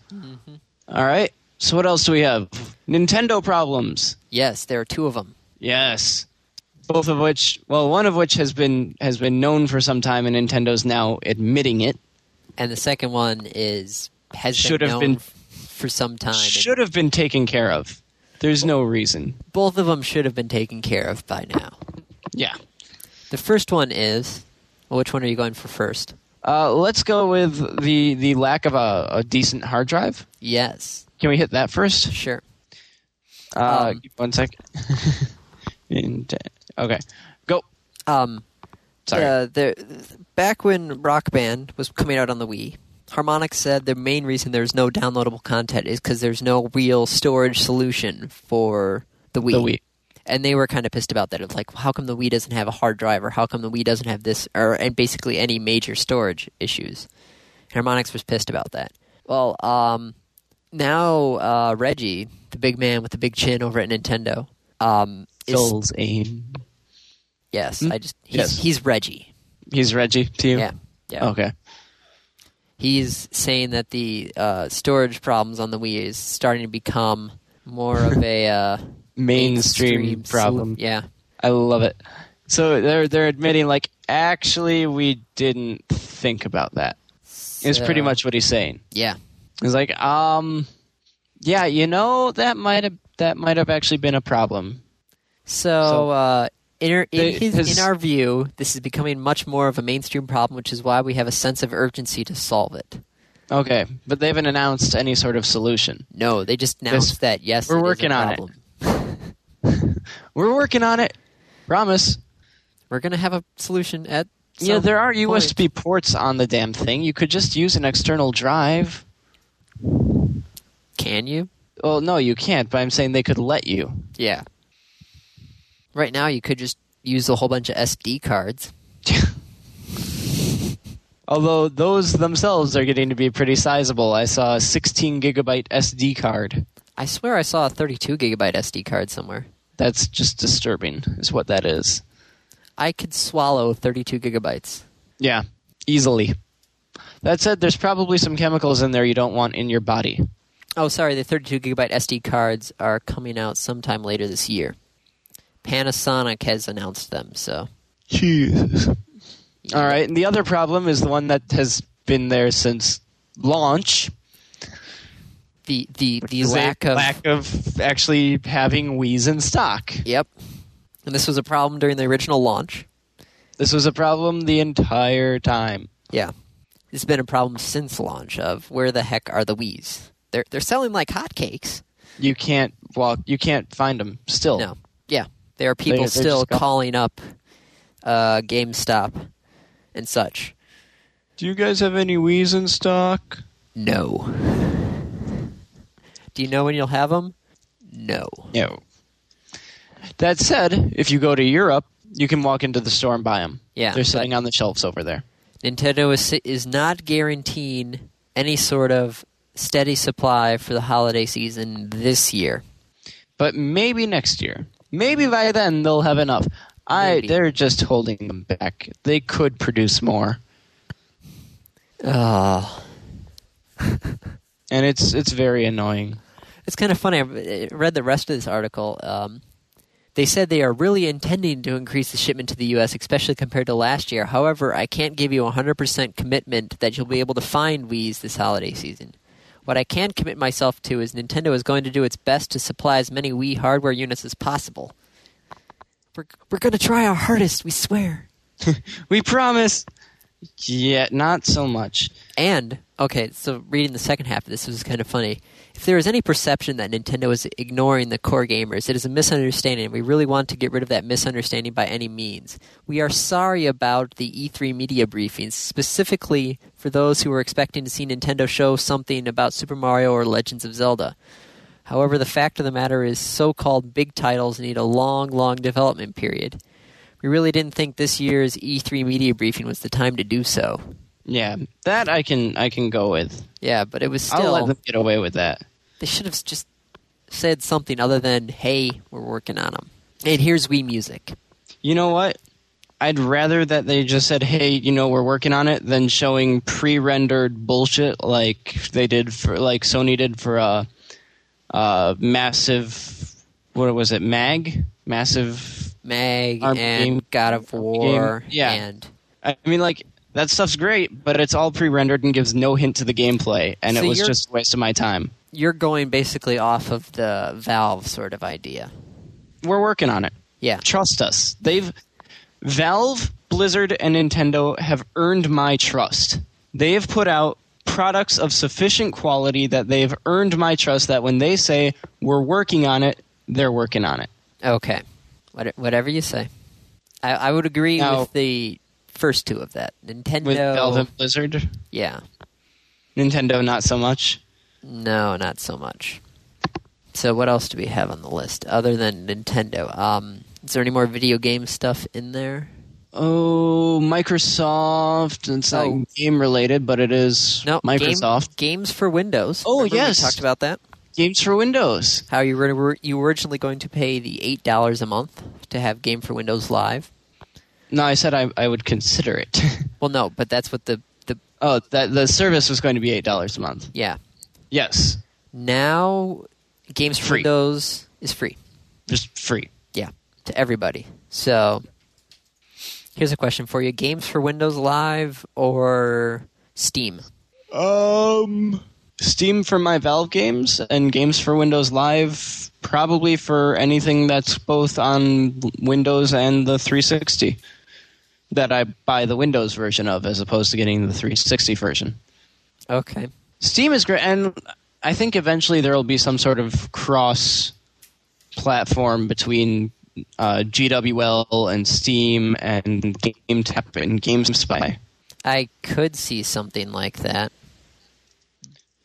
Speaker 2: All right. So, what else do we have? Nintendo problems.
Speaker 1: Yes, there are two of them.
Speaker 2: Yes. Both of which, well, one of which has been has been known for some time, and Nintendo's now admitting it.
Speaker 1: And the second one is has
Speaker 2: Should
Speaker 1: been
Speaker 2: have
Speaker 1: known
Speaker 2: been-
Speaker 1: f- for some time. and
Speaker 2: Should have been taken care of. There's no reason.
Speaker 1: both of them should have been taken care of by now.
Speaker 2: Yeah.
Speaker 1: The first one is well, which one are you going for first?
Speaker 2: Uh, let's go with the the lack of a, a decent hard drive.
Speaker 1: Yes,
Speaker 2: Can we hit that first?
Speaker 1: sure.
Speaker 2: Uh,
Speaker 1: Um,
Speaker 2: one sec. Ninte- okay, go.
Speaker 1: Um,
Speaker 2: Sorry.
Speaker 1: Uh, there, back when Rock Band was coming out on the Wii, Harmonix said the main reason there's no downloadable content is because there's no real storage solution for the Wii.
Speaker 2: The Wii.
Speaker 1: And they were kind of pissed about that. It's like, how come the Wii doesn't have a hard drive, or how come the Wii doesn't have this, or and basically any major storage issues. Harmonix was pissed about that. Well, um, now uh, Reggie, the big man with the big chin over at Nintendo, um, is
Speaker 2: Soul's aim.
Speaker 1: yes, I just he's,
Speaker 2: hmm? Yes. Oh.
Speaker 1: he's Reggie.
Speaker 2: He's Reggie to you.
Speaker 1: Yeah, yeah.
Speaker 2: Okay.
Speaker 1: he's saying that the uh, storage problems on the Wii is starting to become more of a uh,
Speaker 2: Mainstream, problem.
Speaker 1: solu- yeah,
Speaker 2: I love it. So they're they're admitting like actually we didn't think about that. Is
Speaker 1: So-
Speaker 2: pretty much what he's saying.
Speaker 1: yeah,
Speaker 2: He's like, um, yeah, you know that might have that might have actually been a problem.
Speaker 1: So,
Speaker 2: So-
Speaker 1: uh, in, our, in,
Speaker 2: They-
Speaker 1: his,
Speaker 2: his-
Speaker 1: in our view, this is becoming much more of a mainstream problem, which is why we have a sense of urgency to solve it.
Speaker 2: Okay, but they haven't announced any sort of solution.
Speaker 1: No, they just announced that. Yes,
Speaker 2: we're
Speaker 1: it is a
Speaker 2: working on it.
Speaker 1: problem.
Speaker 2: We're working on it. Promise.
Speaker 1: We're gonna have a solution at
Speaker 2: yeah,
Speaker 1: some
Speaker 2: there are
Speaker 1: point.
Speaker 2: USB ports on the damn thing. You could just use an external drive.
Speaker 1: Can you?
Speaker 2: Well, no, you can't, but I'm saying they could let you.
Speaker 1: Yeah. Right now, you could just use a whole bunch of SD cards.
Speaker 2: Although those themselves are getting to be pretty sizable. I saw a 16 gigabyte SD card.
Speaker 1: I swear I saw a 32 gigabyte SD card somewhere.
Speaker 2: That's just disturbing, is what that is.
Speaker 1: I could swallow 32 gigabytes.
Speaker 2: Yeah, easily. That said, there's probably some chemicals in there you don't want in your body.
Speaker 1: Oh, sorry, the 32 gigabyte SD cards are coming out sometime later this year. Panasonic has announced them, so.
Speaker 2: Jesus. All right, and the other problem is the one that has been there since launch.
Speaker 1: The the the
Speaker 2: is a
Speaker 1: lack of
Speaker 2: lack of actually having Wii's in stock.
Speaker 1: yep, and this was a problem during the original launch.
Speaker 2: This was a problem the entire time.
Speaker 1: Yeah, it's been a problem since launch. Of where the heck are the Wii's? They're they're selling like hotcakes.
Speaker 2: You can't walk. You can't find them still.
Speaker 1: No, yeah, there are people
Speaker 2: they're
Speaker 1: still
Speaker 2: Oh. just gone.
Speaker 1: calling up uh, GameStop and such.
Speaker 2: Do you guys have any Wii's in stock?
Speaker 1: No. Do you know when you'll have them? No.
Speaker 2: No. That said, if you go to Europe, you can walk into the store and buy them.
Speaker 1: Yeah,
Speaker 2: they're sitting on the shelves over there.
Speaker 1: Nintendo is is not guaranteeing any sort of steady supply for the holiday season this year.
Speaker 2: But maybe next year. Maybe by then they'll have enough. I
Speaker 1: Maybe.
Speaker 2: they're just holding them back. They could produce more.
Speaker 1: Oh,
Speaker 2: And it's it's very annoying.
Speaker 1: it's kind of funny. I uh, read the rest of this article. Um, they said they are really intending to increase the shipment to the U.S., especially compared to last year. However, I can't give you a 100% commitment that you'll be able to find Wii's this holiday season. What I can commit myself to is Nintendo is going to do its best to supply as many Wii hardware units as possible. We're, we're going to try our hardest, we swear.
Speaker 2: We promise. Yeah, not so much.
Speaker 1: And okay, so reading the second half of this was kind of funny. If there is any perception that Nintendo is ignoring the core gamers, it is a misunderstanding. and We really want to get rid of that misunderstanding by any means. We are sorry about the E3 media briefings, specifically for those who were expecting to see Nintendo show something about Super Mario or Legends of Zelda. However, the fact of the matter is, so called big titles need a long, long development period. We really didn't think this year's E3 media briefing was the time to do so.
Speaker 2: Yeah, that I can I can go with.
Speaker 1: Yeah, but it was
Speaker 2: I'll
Speaker 1: still.
Speaker 2: let them get away with that.
Speaker 1: They should have just said something other than, "Hey, we're working on them." And here's Wii music.
Speaker 2: You know what? I'd rather that they just said, "Hey, you know, we're working on it," than showing pre-rendered bullshit like they did for like Sony did for a uh, uh, massive what was it? Mag massive.
Speaker 1: Mag
Speaker 2: Our
Speaker 1: and
Speaker 2: game-
Speaker 1: God of War
Speaker 2: game- yeah.
Speaker 1: and
Speaker 2: I mean, like that stuff's great, but it's all pre-rendered and gives no hint to the gameplay, and
Speaker 1: So
Speaker 2: it was
Speaker 1: you're-
Speaker 2: just a waste of my time.
Speaker 1: you're going basically off of the Valve sort of idea.
Speaker 2: We're working on it.
Speaker 1: Yeah.
Speaker 2: Trust us. They've Valve, Blizzard, and Nintendo have earned my trust. They have put out products of sufficient quality that they've earned my trust that when they say we're working on it, they're working on it.
Speaker 1: Okay. What, whatever you say. I, I would agree
Speaker 2: Now-
Speaker 1: with the first two of that. Nintendo.
Speaker 2: With Valve and Blizzard,
Speaker 1: yeah.
Speaker 2: Nintendo not so much.
Speaker 1: No, not so much. So what else do we have on the list other than Nintendo? Um, is there any more video game stuff in there?
Speaker 2: Oh, Microsoft. It's not
Speaker 1: Oh.
Speaker 2: game related, but it is
Speaker 1: No, game-
Speaker 2: Microsoft
Speaker 1: games for Windows.
Speaker 2: Oh,
Speaker 1: Remember
Speaker 2: yes.
Speaker 1: we talked about that.
Speaker 2: games for Windows.
Speaker 1: How you were you were originally going to pay the eight dollars a month to have Game for Windows Live?
Speaker 2: No, I said I, I would consider it.
Speaker 1: Well, no, but that's what the the
Speaker 2: oh, that the service was going to be eight dollars a month.
Speaker 1: yeah
Speaker 2: Yes,
Speaker 1: now Games for
Speaker 2: Free.
Speaker 1: Windows is free.
Speaker 2: just free.
Speaker 1: Yeah, to everybody. So here's a question for you: Games for Windows Live or Steam?
Speaker 2: Um, Steam for my Valve games and games for Windows Live, probably for anything that's both on Windows and the 360 that I buy the Windows version of as opposed to getting the 360 version.
Speaker 1: Okay.
Speaker 2: Steam is great, and I think eventually there will be some sort of cross platform between uh, GWL and Steam and GameTap and GameSpy.
Speaker 1: I could see something like that.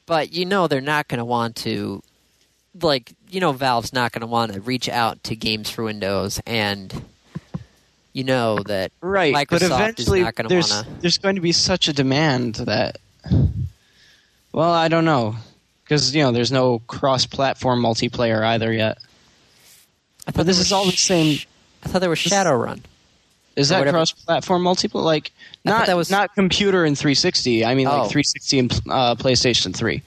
Speaker 1: But you know they're not going to want to like you know Valve's not going to want to reach out to games for Windows and you know that
Speaker 2: Right,
Speaker 1: Microsoft
Speaker 2: but eventually
Speaker 1: is not going to
Speaker 2: there's
Speaker 1: want to
Speaker 2: there's going to be such a demand that. Well, I don't know, because you know there's no cross-platform multiplayer either yet.
Speaker 1: I thought
Speaker 2: But this
Speaker 1: there
Speaker 2: is
Speaker 1: was
Speaker 2: all the same.
Speaker 1: I thought there was Shadowrun.
Speaker 2: Is that
Speaker 1: whatever.
Speaker 2: cross-platform multiplayer? Like
Speaker 1: I thought
Speaker 2: not
Speaker 1: that was-
Speaker 2: not computer and 360. I mean,
Speaker 1: Oh.
Speaker 2: like 360 and uh, PlayStation 3.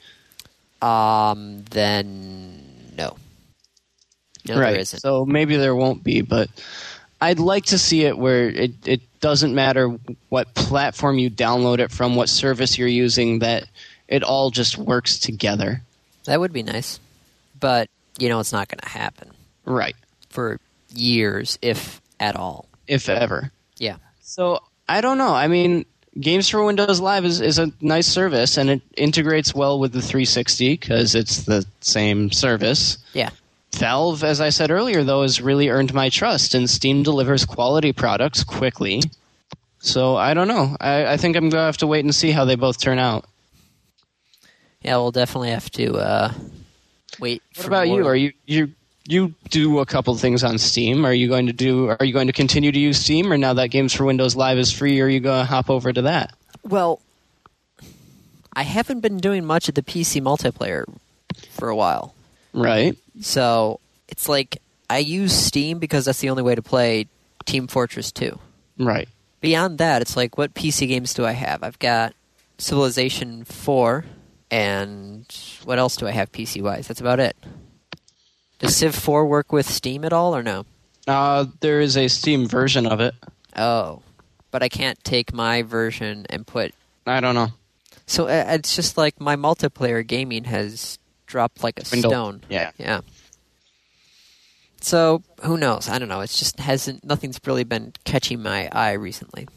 Speaker 1: Um then no. No
Speaker 2: right.
Speaker 1: there isn't.
Speaker 2: So maybe there won't be, but I'd like to see it where it, it doesn't matter what platform you download it from, what service you're using, that it all just works together.
Speaker 1: That would be nice. But you know it's not going to happen
Speaker 2: Right.
Speaker 1: for years if at all.
Speaker 2: If ever.
Speaker 1: Yeah.
Speaker 2: So I don't know. I mean, Games for Windows Live is, is a nice service and it integrates well with the 360 because it's the same service.
Speaker 1: Yeah.
Speaker 2: Valve, as I said earlier, though, has really earned my trust, and Steam delivers quality products quickly. So I don't know. I, I think I'm gonna have to wait and see how they both turn out.
Speaker 1: Yeah, we'll definitely have to uh wait
Speaker 2: What about you? Are you you you do a couple things on Steam? Are you going to do? Are you going to continue to use Steam, or now that Games for Windows Live is free, are you gonna hop over to that?
Speaker 1: Well, I haven't been doing much of the PC multiplayer for a while.
Speaker 2: Right.
Speaker 1: So it's like I use Steam because that's the only way to play Team Fortress 2.
Speaker 2: Right.
Speaker 1: Beyond that, it's like what PC games do I have? I've got Civilization 4 and what else do I have PC wise? That's about it. Does Civ 4 work with Steam at all or no?
Speaker 2: Uh, there is a Steam version of it.
Speaker 1: Oh. But I can't take my version and put
Speaker 2: I don't know.
Speaker 1: So uh, it's just like my multiplayer gaming has dropped like a
Speaker 2: Window-
Speaker 1: stone.
Speaker 2: Yeah.
Speaker 1: Yeah. So who knows? I don't know. It's just hasn't nothing's really been catching my eye recently.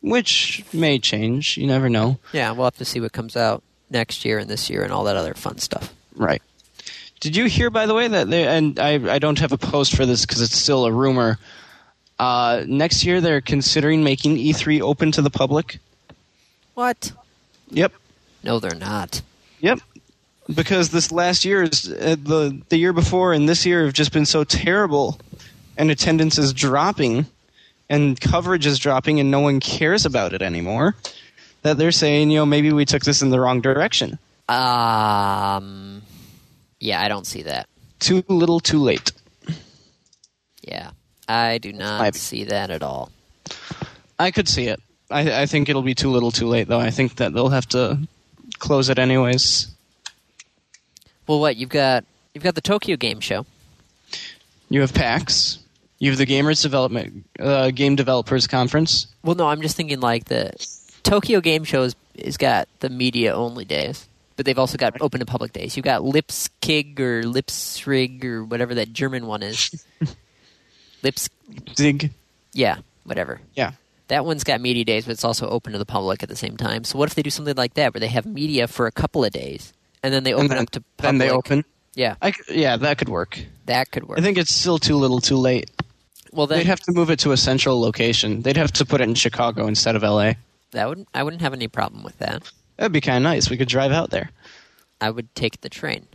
Speaker 2: Which may change. You never know.
Speaker 1: Yeah, we'll have to see what comes out next year and this year and all that other fun stuff.
Speaker 2: Right. Did you hear, by the way, that they and I, I don't have a post for this because it's still a rumor. Uh, next year, they're considering making E3 open to the public.
Speaker 1: What?
Speaker 2: Yep.
Speaker 1: No, they're not.
Speaker 2: Yep. Because this last year is uh, the the year before and this year have just been so terrible, and attendance is dropping, and coverage is dropping, and no one cares about it anymore. That they're saying, you know, maybe we took this in the wrong direction.
Speaker 1: Um. Yeah, I don't see that.
Speaker 2: Too little, too late.
Speaker 1: Yeah, I do
Speaker 2: my-
Speaker 1: not see that at all.
Speaker 2: I could see it. I, I think it'll be too little, too late, though. I think that they'll have to close it anyways.
Speaker 1: Well, what you've got? You've got the Tokyo Game Show.
Speaker 2: You have PAX. You have the Gamers Development uh, Game Developers Conference.
Speaker 1: Well, no, I'm just thinking like the Tokyo Game Show is, is got the media only days, but they've also got open to public days. You've got Lipskig or Lipsrig or whatever that German one is. Lips,
Speaker 2: Dig.
Speaker 1: yeah, whatever.
Speaker 2: Yeah.
Speaker 1: That one's got media days, but it's also open to the public at the same time. So what if they do something like that, where they have media for a couple of days and then they open
Speaker 2: and then,
Speaker 1: up to public?
Speaker 2: then they open.
Speaker 1: Yeah,
Speaker 2: I c- yeah, that could work.
Speaker 1: that could work.
Speaker 2: I think it's still too little, too late.
Speaker 1: well, then
Speaker 2: They'd have to move it to a central location. They'd have to put it in Chicago instead of LA.
Speaker 1: that would I wouldn't have any problem with that.
Speaker 2: That'd be kind of nice. We could drive out there.
Speaker 1: I would take the train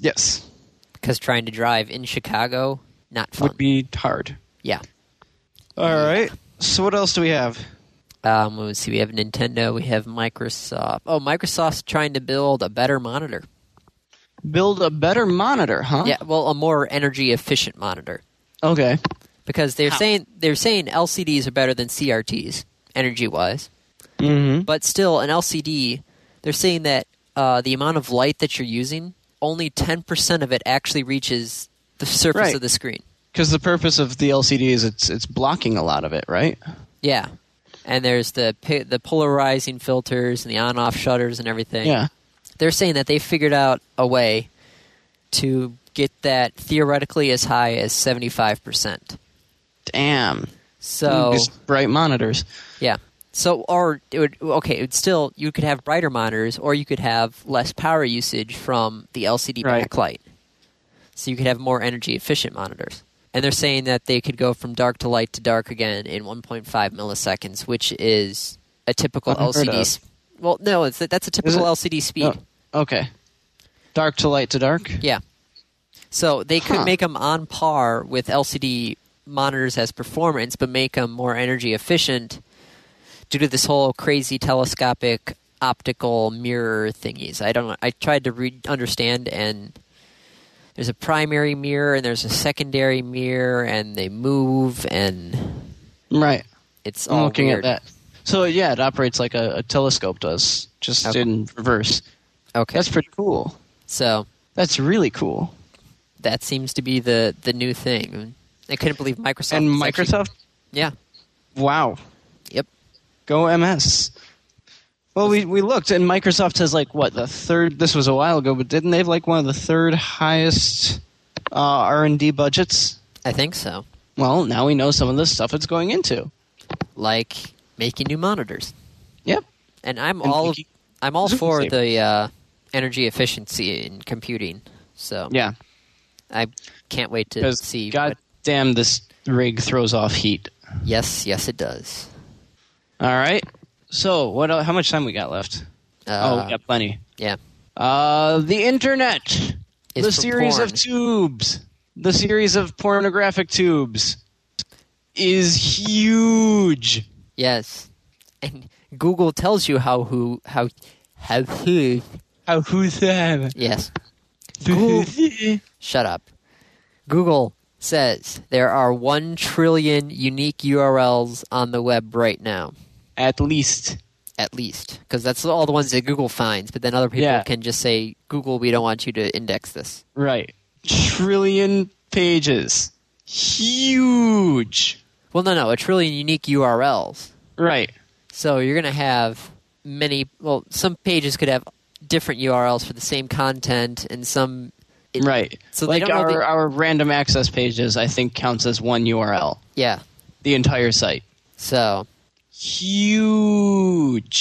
Speaker 2: Yes.
Speaker 1: because trying to drive in Chicago not fun.
Speaker 2: Would be hard.
Speaker 1: yeah.
Speaker 2: All right. So what else do we have?
Speaker 1: Um, let's see, we have Nintendo, we have Microsoft. Oh, Microsoft's trying to build a better monitor.
Speaker 2: Build a better monitor, huh?
Speaker 1: Yeah, well, a more energy efficient monitor
Speaker 2: Okay.
Speaker 1: because they're
Speaker 2: How?
Speaker 1: saying they're saying LCDs are better than CRTs energy wise,
Speaker 2: Mm-hmm.
Speaker 1: but still an LCD. They're saying that uh, the amount of light that you're using, only ten percent of it actually reaches the surface
Speaker 2: Right.
Speaker 1: of the screen.
Speaker 2: Because the purpose of the LCD is it's it's blocking a lot of it, right?
Speaker 1: Yeah, and there's the pi- the polarizing filters and the on-off shutters and everything.
Speaker 2: Yeah.
Speaker 1: they're saying that they figured out a way to get that theoretically as high as 75%.
Speaker 2: Damn.
Speaker 1: So,
Speaker 2: These bright monitors.
Speaker 1: yeah. So, or it would, okay, it would still, you could have brighter monitors or you could have less power usage from the LCD
Speaker 2: Right.
Speaker 1: backlight. So you could have more energy efficient monitors. and they're saying that they could go from dark to light to dark again in 1.5 milliseconds, which is a typical
Speaker 2: Unheard
Speaker 1: LCD.
Speaker 2: of.
Speaker 1: s- Well, no, it's that's a typical
Speaker 2: it?
Speaker 1: LCD speed.
Speaker 2: No. Okay. Dark to light to dark.
Speaker 1: Yeah. So they could
Speaker 2: Huh.
Speaker 1: make them on par with LCD monitors as performance, but make them more energy efficient due to this whole crazy telescopic optical mirror thingies. I don't. I tried to read, understand, and there's a primary mirror and there's a secondary mirror, and they move, and
Speaker 2: Right.
Speaker 1: it's
Speaker 2: I'm
Speaker 1: all
Speaker 2: looking
Speaker 1: weird.
Speaker 2: at that. So yeah, it operates like a, a telescope does, just
Speaker 1: Okay.
Speaker 2: in reverse.
Speaker 1: Okay,
Speaker 2: That's pretty cool.
Speaker 1: so
Speaker 2: That's really cool.
Speaker 1: that seems to be the the new thing. I couldn't believe Microsoft.
Speaker 2: and
Speaker 1: is actually-
Speaker 2: Microsoft,
Speaker 1: yeah.
Speaker 2: wow,
Speaker 1: Yep.
Speaker 2: go MS. Well, we, we looked, and Microsoft has like what the third. This was a while ago, but didn't they have like one of the third highest uh, R and D budgets?
Speaker 1: I think so.
Speaker 2: Well, now we know some of the stuff it's going into.
Speaker 1: like making new monitors.
Speaker 2: Yep.
Speaker 1: And I'm
Speaker 2: And
Speaker 1: all
Speaker 2: making-
Speaker 1: I'm all
Speaker 2: Zoom
Speaker 1: for
Speaker 2: saver.
Speaker 1: the uh, energy efficiency in computing. So
Speaker 2: Yeah.
Speaker 1: I can't wait to
Speaker 2: Because
Speaker 1: see.
Speaker 2: God damn, this rig throws off heat.
Speaker 1: what- yes, yes, it does.
Speaker 2: All right. So what? el- How much time we got left? oh,
Speaker 1: Uh,
Speaker 2: we got plenty.
Speaker 1: Yeah,
Speaker 2: Uh, the internet.
Speaker 1: Is
Speaker 2: the
Speaker 1: for
Speaker 2: series
Speaker 1: porn.
Speaker 2: of tubes. The series of pornographic tubes is huge.
Speaker 1: yes. And Google tells you how who how how who
Speaker 2: How who's that?
Speaker 1: yes. Google, shut up. Google says there are one trillion unique URLs on the web right now.
Speaker 2: At least.
Speaker 1: at least because that's all the ones that google finds but then other people
Speaker 2: Yeah.
Speaker 1: can just say google we don't want you to index this
Speaker 2: Right. Trillion pages. Huge.
Speaker 1: well no no a trillion unique urls
Speaker 2: Right.
Speaker 1: so you're going to have many well some pages could have different urls for the same content and some it-
Speaker 2: Right.
Speaker 1: So they
Speaker 2: like
Speaker 1: don't know
Speaker 2: our,
Speaker 1: the-
Speaker 2: our random access pages, I think counts as one URL.
Speaker 1: yeah
Speaker 2: The entire site.
Speaker 1: so
Speaker 2: Huge.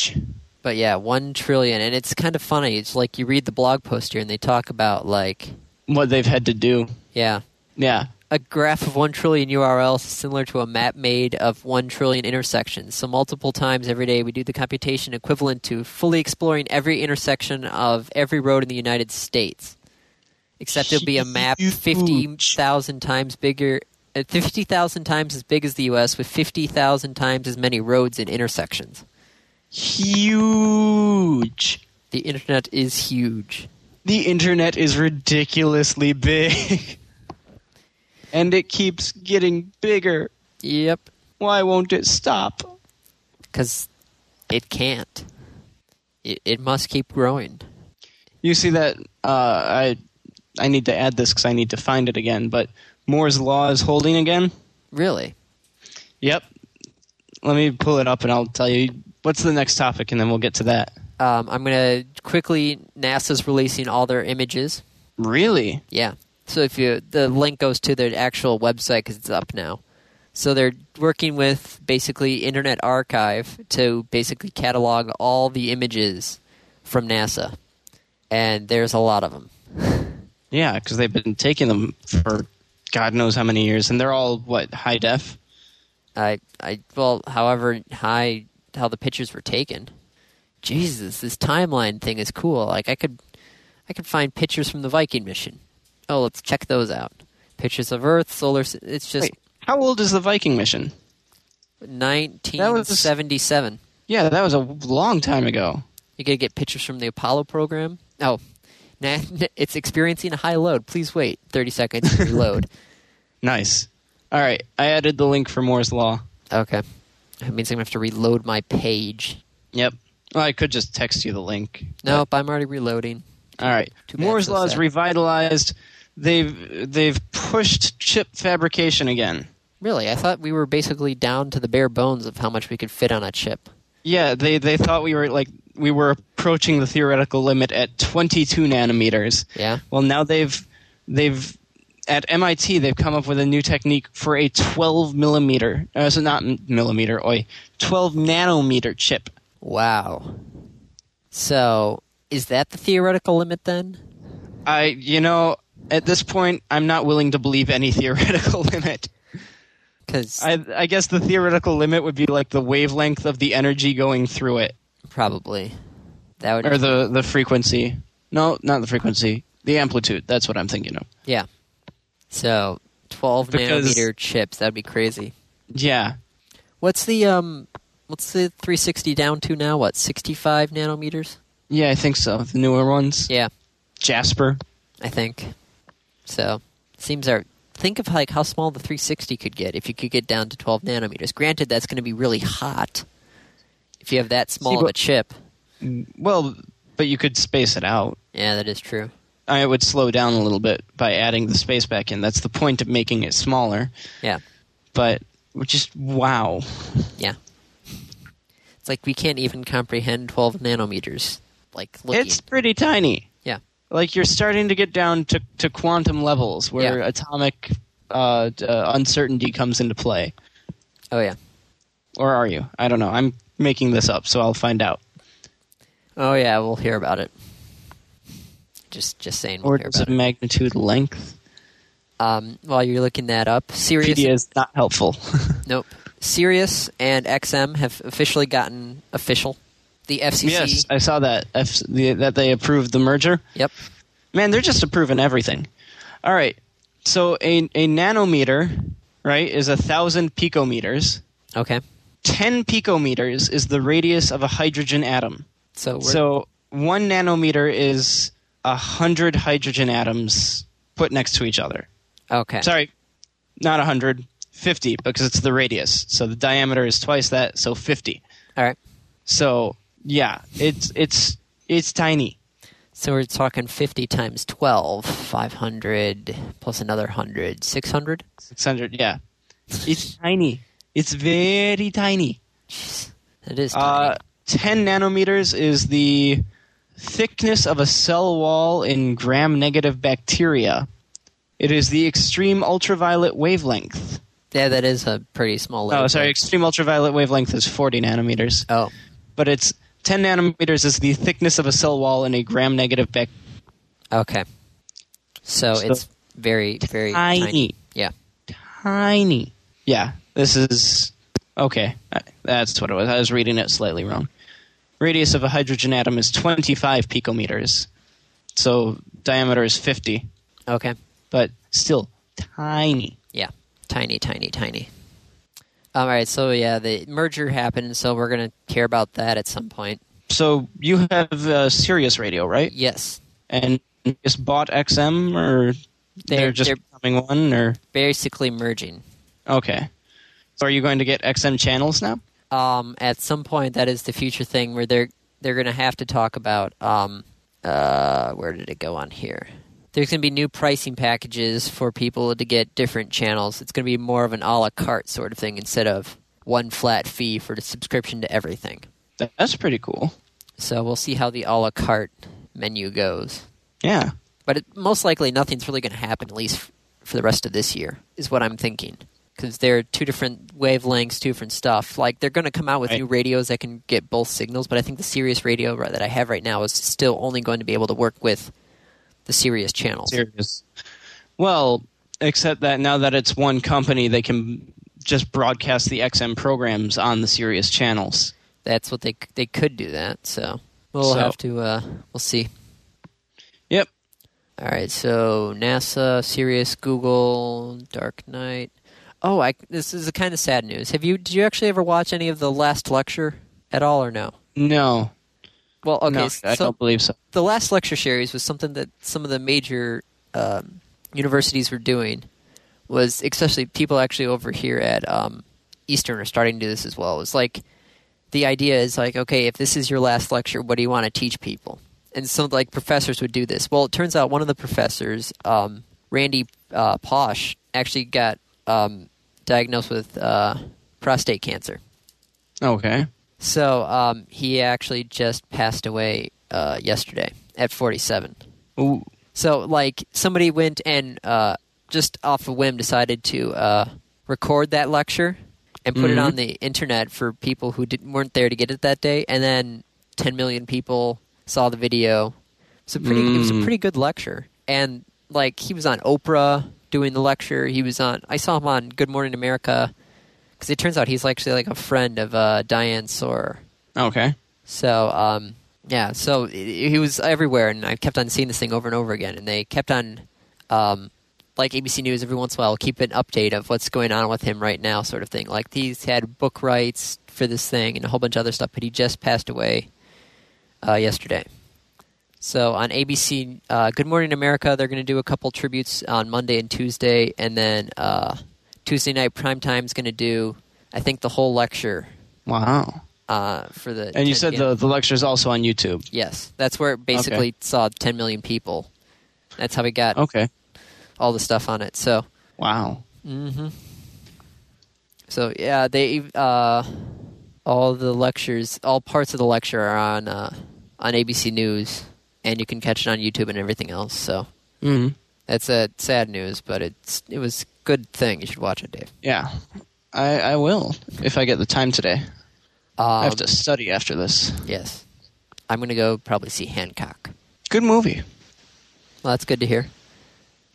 Speaker 1: but yeah one trillion and it's kind of funny it's like you read the blog post here and they talk about like
Speaker 2: What they've had to do.
Speaker 1: yeah
Speaker 2: Yeah.
Speaker 1: a graph of 1 trillion URLs is similar to a map made of 1 trillion intersections. So, multiple times every day, we do the computation equivalent to fully exploring every intersection of every road in the United States. Except it'll be a map
Speaker 2: Huge.
Speaker 1: 50,000 times bigger, uh, 50,000 times as big as the U.S., with 50,000 times as many roads and intersections.
Speaker 2: Huge.
Speaker 1: The internet is huge.
Speaker 2: The internet is ridiculously big. and it keeps getting bigger.
Speaker 1: Yep,
Speaker 2: Why won't it stop?
Speaker 1: because it can't. It, it must keep growing.
Speaker 2: You see that uh, I I need to add this cuz I need to find it again, but Moore's law is holding again?
Speaker 1: Really?
Speaker 2: Yep. Let me pull it up and I'll tell you what's the next topic and then we'll get to that.
Speaker 1: Um, I'm going to quickly. NASA's releasing all their images.
Speaker 2: Really?
Speaker 1: Yeah. So if you, the link goes to their actual website because it's up now. So they're working with basically Internet Archive to basically catalog all the images from NASA, and there's a lot of them.
Speaker 2: Yeah, cuz they've been taking them for god knows how many years and they're all what high def?
Speaker 1: I, I, well, however high how the pictures were taken. Jesus, this timeline thing is cool. Like I could, I could find pictures from the Viking mission. Oh, let's check those out. Pictures of Earth, solar. s- It's just
Speaker 2: Wait, how old is the Viking mission?
Speaker 1: 1977.
Speaker 2: Yeah, that was a long time ago.
Speaker 1: You gotta get pictures from the Apollo program. Oh, nah, it's experiencing a high load. Please wait 30 seconds to reload.
Speaker 2: Nice. All right, I added the link for Moore's Law.
Speaker 1: okay, that means I'm gonna have to reload my page.
Speaker 2: Yep. Well, I could just text you the link.
Speaker 1: Nope, I'm already reloading.
Speaker 2: All right.
Speaker 1: Too bad,
Speaker 2: Moore's
Speaker 1: so
Speaker 2: Law is
Speaker 1: sad.
Speaker 2: revitalized. They've they've pushed chip fabrication again.
Speaker 1: Really, I thought we were basically down to the bare bones of how much we could fit on a chip.
Speaker 2: Yeah, they they thought we were like we were approaching the theoretical limit at 22 nanometers.
Speaker 1: Yeah.
Speaker 2: Well, now they've they've at MIT they've come up with a new technique for a 12 millimeter, uh, so not m- millimeter, oi, 12 nanometer chip.
Speaker 1: Wow. So, is that the theoretical limit then?
Speaker 2: I you know at this point, I'm not willing to believe any theoretical limit.
Speaker 1: Because
Speaker 2: I, I guess the theoretical limit would be like the wavelength of the energy going through it,
Speaker 1: probably that would
Speaker 2: or the the frequency. No, not the frequency. The amplitude. That's what I'm thinking of.
Speaker 1: yeah. So twelve
Speaker 2: Because-
Speaker 1: nanometer chips. That'd be crazy.
Speaker 2: Yeah,
Speaker 1: What's the um? What's the 360 down to now? What 65 nanometers?
Speaker 2: yeah, I think so. The newer ones,
Speaker 1: Yeah,
Speaker 2: Jasper.
Speaker 1: I think. So seems our think of like how small the 360 could get if you could get down to 12 nanometers. Granted, that's going to be really hot if you have that small of a
Speaker 2: but-
Speaker 1: chip.
Speaker 2: Well, but you could space it out.
Speaker 1: Yeah, that is true.
Speaker 2: I would slow down a little bit by adding the space back in. That's the point of making it smaller.
Speaker 1: Yeah,
Speaker 2: But we're just wow.
Speaker 1: yeah. It's like we can't even comprehend 12 nanometers. Like looking,
Speaker 2: It's pretty tiny.
Speaker 1: yeah,
Speaker 2: Like you're starting to get down to, to quantum levels where
Speaker 1: Yeah.
Speaker 2: atomic uh, d- uh, uncertainty comes into play.
Speaker 1: oh yeah,
Speaker 2: Or are you? I don't know. I'm making this up, so I'll find out.
Speaker 1: oh yeah. We'll hear about it. Just, just saying. We'll hear
Speaker 2: Orders
Speaker 1: about
Speaker 2: of
Speaker 1: it.
Speaker 2: magnitude length.
Speaker 1: Um, while you're looking that up, Sirius
Speaker 2: Wikipedia is not helpful.
Speaker 1: Nope. Sirius and XM have officially gotten official. The FCC.
Speaker 2: yes, I saw that F- the, that they approved the merger.
Speaker 1: Yep.
Speaker 2: Man, they're just approving everything. All right. So a, a nanometer, right, is a thousand picometers.
Speaker 1: Okay.
Speaker 2: Ten picometers is the radius of a hydrogen atom.
Speaker 1: So we're,
Speaker 2: So one nanometer is a hundred hydrogen atoms put next to each other.
Speaker 1: okay.
Speaker 2: Sorry, not a hundred. 50 because it's the radius. So the diameter is twice that, so 50.
Speaker 1: All right.
Speaker 2: So, yeah, it's it's it's tiny.
Speaker 1: So we're talking 50 times 12, 500 plus another 100, 600.
Speaker 2: 600, yeah. It's tiny. It's very tiny.
Speaker 1: Jeez. That is
Speaker 2: Uh,
Speaker 1: tiny.
Speaker 2: 10 nanometers is the thickness of a cell wall in gram negative bacteria. It is the extreme ultraviolet wavelength.
Speaker 1: yeah, that is a pretty small.
Speaker 2: Oh,
Speaker 1: little
Speaker 2: sorry,
Speaker 1: thing.
Speaker 2: extreme ultraviolet wavelength is 40 nanometers.
Speaker 1: Oh,
Speaker 2: But it's 10 nanometers is the thickness of a cell wall in a gram negative bacteria.
Speaker 1: okay. So,
Speaker 2: So-
Speaker 1: it's very, very
Speaker 2: Tiny.
Speaker 1: Yeah.
Speaker 2: Tiny. Yeah, this is. Okay, I- that's what it was. I was reading it slightly wrong. Radius of a hydrogen atom is 25 picometers. So diameter is 50.
Speaker 1: Okay.
Speaker 2: but still tiny.
Speaker 1: Yeah, tiny, tiny, tiny. Um, all right, so yeah, the merger happened, so we're gonna care about that at some point.
Speaker 2: So you have uh, Sirius Radio, right?
Speaker 1: Yes,
Speaker 2: And just bought XM, or they're,
Speaker 1: They're-
Speaker 2: just
Speaker 1: they're-
Speaker 2: becoming one, or
Speaker 1: basically merging.
Speaker 2: okay. So are you going to get XM channels now?
Speaker 1: Um, at some point, that is the future thing where they're they're gonna have to talk about. Um, uh, where did it go on here? There's gonna be new pricing packages for people to get different channels. It's gonna be more of an a la carte sort of thing instead of one flat fee for the subscription to everything.
Speaker 2: That- That's pretty cool.
Speaker 1: So we'll see how the a la carte menu goes.
Speaker 2: Yeah.
Speaker 1: But it, most likely, nothing's really going to happen, at least f- for the rest of this year, is what I'm thinking. Because they're two different wavelengths, two different stuff. Like, they're going to come out with
Speaker 2: Right.
Speaker 1: new radios that can get both signals, but I think the Sirius radio ri- that I have right now is still only going to be able to work with the Sirius channels.
Speaker 2: Sirius. Well, except that now that it's one company, they can just broadcast the XM programs on the Sirius channels.
Speaker 1: That's what they c- they could do that. So we'll
Speaker 2: So-
Speaker 1: have to uh, we'll see.
Speaker 2: Yep.
Speaker 1: All right, so NASA, Sirius, Google, Dark Knight. Oh, I, this is the kind of sad news. Have you did you actually ever watch any of the last lecture at all or no?
Speaker 2: No.
Speaker 1: Well, okay,
Speaker 2: no,
Speaker 1: s-
Speaker 2: I
Speaker 1: so
Speaker 2: don't believe so.
Speaker 1: the last lecture series was something that some of the major um, universities were doing. Was especially people actually over here at um, Eastern are starting to do this as well. It's like the idea is like, okay, if this is your last lecture, what do you want to teach people? And so like professors would do this. Well, it turns out one of the professors, um, Randy uh, Posh, actually got um, diagnosed with uh, prostate cancer.
Speaker 2: Okay.
Speaker 1: So um, he actually just passed away uh, yesterday at 47.
Speaker 2: Ooh.
Speaker 1: So like somebody went and uh, just off a whim decided to uh, record that lecture and put it
Speaker 2: Mhm.
Speaker 1: on the internet for people who didn't, weren't there to get it that day, and then 10 million people saw the video. So pretty, it was a
Speaker 2: Mm.
Speaker 1: pretty good lecture, and like he was on Oprah doing the lecture. He was on. I saw him on Good Morning America because it turns out he's actually like a friend of uh, Diane Sawyer.
Speaker 2: Okay.
Speaker 1: So um, yeah, so he he was everywhere, and I kept on seeing this thing over and over again. And they kept on, um, like ABC News, every once in a while, keep an update of what's going on with him right now, sort of thing. Like he's had book rights for this thing and a whole bunch of other stuff, but he just passed away uh, yesterday. So on ABC, uh, Good Morning America, they're going to do a couple tributes on Monday and Tuesday, and then uh, Tuesday night primetime's going to do, I think, the whole lecture
Speaker 2: Wow.
Speaker 1: uh, for the.
Speaker 2: And you
Speaker 1: 10
Speaker 2: said
Speaker 1: p.m.
Speaker 2: the the lecture is also on YouTube.
Speaker 1: Yes, that's where it basically saw 10 million people. That's how we got
Speaker 2: Okay.
Speaker 1: all the stuff on it. So, mm-hmm.
Speaker 2: Wow.
Speaker 1: so yeah, they uh, all the lectures, all parts of the lecture are on uh, on ABC News, and you can catch it on YouTube and everything else. So
Speaker 2: hmm
Speaker 1: that's uh, sad news, but it's it was good thing. You should watch it, Dave.
Speaker 2: Yeah. I I will if I get the time today.
Speaker 1: Um,
Speaker 2: I have to study after this.
Speaker 1: Yes, I'm gonna go probably see Hancock.
Speaker 2: Good movie.
Speaker 1: Well, that's good to hear.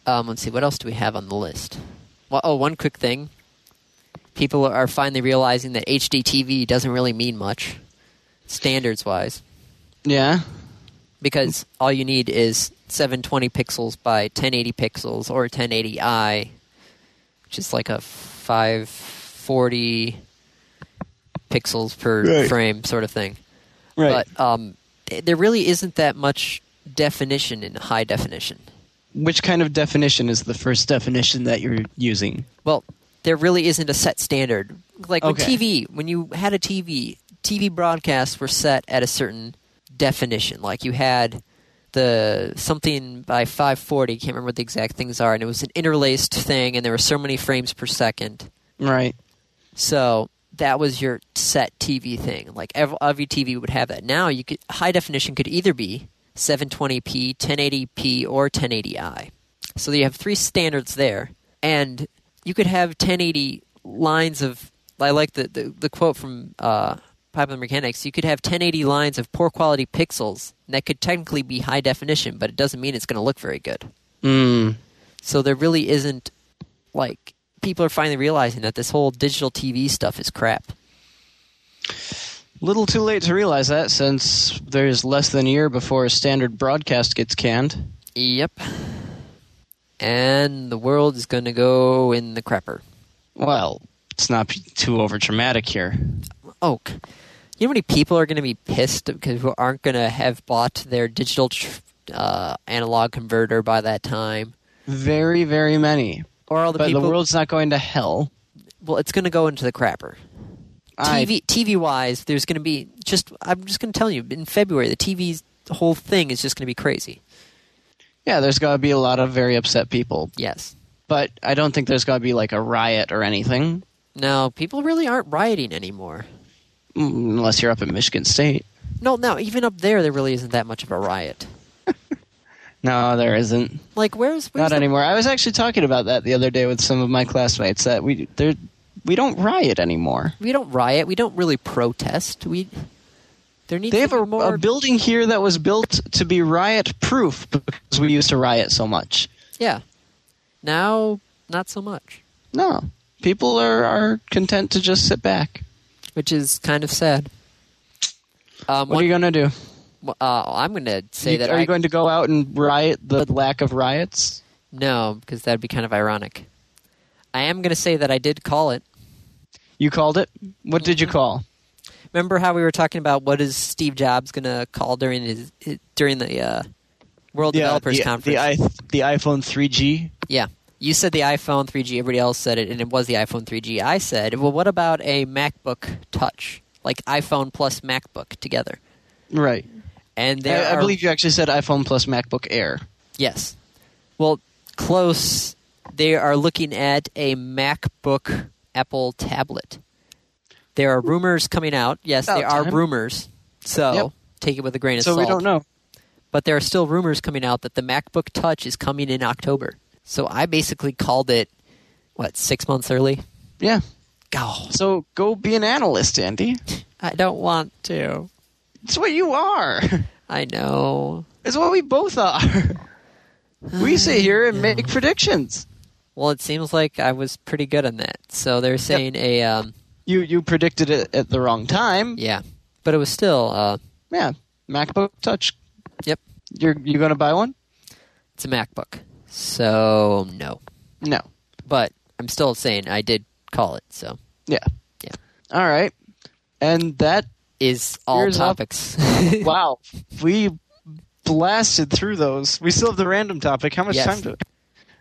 Speaker 1: Um, let's see, what else do we have on the list? Well, oh, one quick thing. People are finally realizing that HD TV doesn't really mean much, standards wise,
Speaker 2: Yeah.
Speaker 1: because all you need is 720 pixels by 1080 pixels or 1080i, which is like a 540 pixels per
Speaker 2: Right.
Speaker 1: frame sort of thing.
Speaker 2: Right.
Speaker 1: But um, th- there really isn't that much definition in high definition.
Speaker 2: Which kind of definition is the first definition that you're using?
Speaker 1: Well, there really isn't a set standard. Like
Speaker 2: Okay.
Speaker 1: when TV, when you had a TV, TV broadcasts were set at a certain definition. Like you had the something by 540, can't remember what the exact things are, and it was an interlaced thing, and there were so many frames per second.
Speaker 2: Right.
Speaker 1: So that was your set TV thing. Like ev- every TV would have that. Now you could high definition could either be 720p, 1080p, or 1080i. So you have three standards there, and you could have 1080 lines of. I like the the, the quote from uh, Popular Mechanics. You could have 1080 lines of poor quality pixels, and that could technically be high definition, but it doesn't mean it's going to look very good.
Speaker 2: Mm.
Speaker 1: So there really isn't like people are finally realizing that this whole digital TV stuff is crap.
Speaker 2: Little too late to realize that since there's less than a year before a standard broadcast gets canned.
Speaker 1: Yep. And the world is going to go in the crapper.
Speaker 2: Well, let's not be too over dramatic here.
Speaker 1: Oh, c- you know how many people are going to be pissed because who aren't going to have bought their digital tr- uh, analog converter by that time,
Speaker 2: Very, very many.
Speaker 1: or all the
Speaker 2: but
Speaker 1: people.
Speaker 2: the world's not going to hell.
Speaker 1: well, it's going to go into the crapper.
Speaker 2: I,
Speaker 1: TV TV wise, there's going to be just. I'm just going to tell you in February, the TV's whole thing is just going to be crazy.
Speaker 2: yeah, there's got to be a lot of very upset people.
Speaker 1: Yes.
Speaker 2: But I don't think there's got to be like a riot or anything.
Speaker 1: No, people really aren't rioting anymore.
Speaker 2: Mm, Unless you're up in Michigan State.
Speaker 1: No, no, even up there, there really isn't that much of a riot.
Speaker 2: No, there isn't.
Speaker 1: Like, where's, where's
Speaker 2: Not
Speaker 1: the-
Speaker 2: anymore. I was actually talking about that the other day with some of my classmates that we there we don't riot anymore.
Speaker 1: we don't riot, we don't really protest. We there needs
Speaker 2: They have
Speaker 1: to
Speaker 2: a,
Speaker 1: be
Speaker 2: a
Speaker 1: more.
Speaker 2: building here that was built to be riot proof because we used to riot so much.
Speaker 1: yeah, now not so much,
Speaker 2: No, people are, are content to just sit back.
Speaker 1: which is kind of sad. Um,
Speaker 2: What are you going to do?
Speaker 1: one- uh, I'm going to say
Speaker 2: You-
Speaker 1: that
Speaker 2: are
Speaker 1: I,
Speaker 2: you going to go out and riot the lack of riots?
Speaker 1: no, because that'd be kind of ironic. I am going to say that I did call it.
Speaker 2: You called it? What did you call?
Speaker 1: Remember how we were talking about what is Steve Jobs going to call during his during the uh, World Developers
Speaker 2: the,
Speaker 1: Conference?
Speaker 2: The, iPhone 3G.
Speaker 1: Yeah. You said the iPhone 3G, everybody else said it, and it was the iPhone 3G. I said, well, what about a MacBook Touch? Like iPhone plus MacBook together.
Speaker 2: Right.
Speaker 1: And there
Speaker 2: I, I
Speaker 1: are-
Speaker 2: believe you actually said iPhone plus MacBook Air.
Speaker 1: Yes. Well, close. They are looking at a MacBook Apple tablet. There are rumors coming out. Yes,
Speaker 2: About
Speaker 1: there are
Speaker 2: time.
Speaker 1: rumors. So
Speaker 2: Yep.
Speaker 1: take it with a grain of
Speaker 2: So
Speaker 1: salt.
Speaker 2: we don't know.
Speaker 1: but there are still rumors coming out that the MacBook Touch is coming in October. So I basically called it, what, six months early?
Speaker 2: Yeah.
Speaker 1: Go.
Speaker 2: So go be an analyst, Andy.
Speaker 1: I don't want to.
Speaker 2: It's what you are.
Speaker 1: I know.
Speaker 2: It's what we both are. We sit here and make predictions.
Speaker 1: Well, it seems like I was pretty good on that. So they're saying a um,
Speaker 2: You you predicted it at the wrong time.
Speaker 1: yeah, but it was still uh,
Speaker 2: Yeah, MacBook Touch.
Speaker 1: Yep.
Speaker 2: You're you gonna buy one?
Speaker 1: it's a MacBook. So no,
Speaker 2: No.
Speaker 1: but I'm still saying I did call it. So
Speaker 2: Yeah.
Speaker 1: Yeah.
Speaker 2: All right. And that
Speaker 1: is all
Speaker 2: Here's up.
Speaker 1: topics.
Speaker 2: wow, we blasted through those. We still have the random topic. How much
Speaker 1: Yes.
Speaker 2: time do?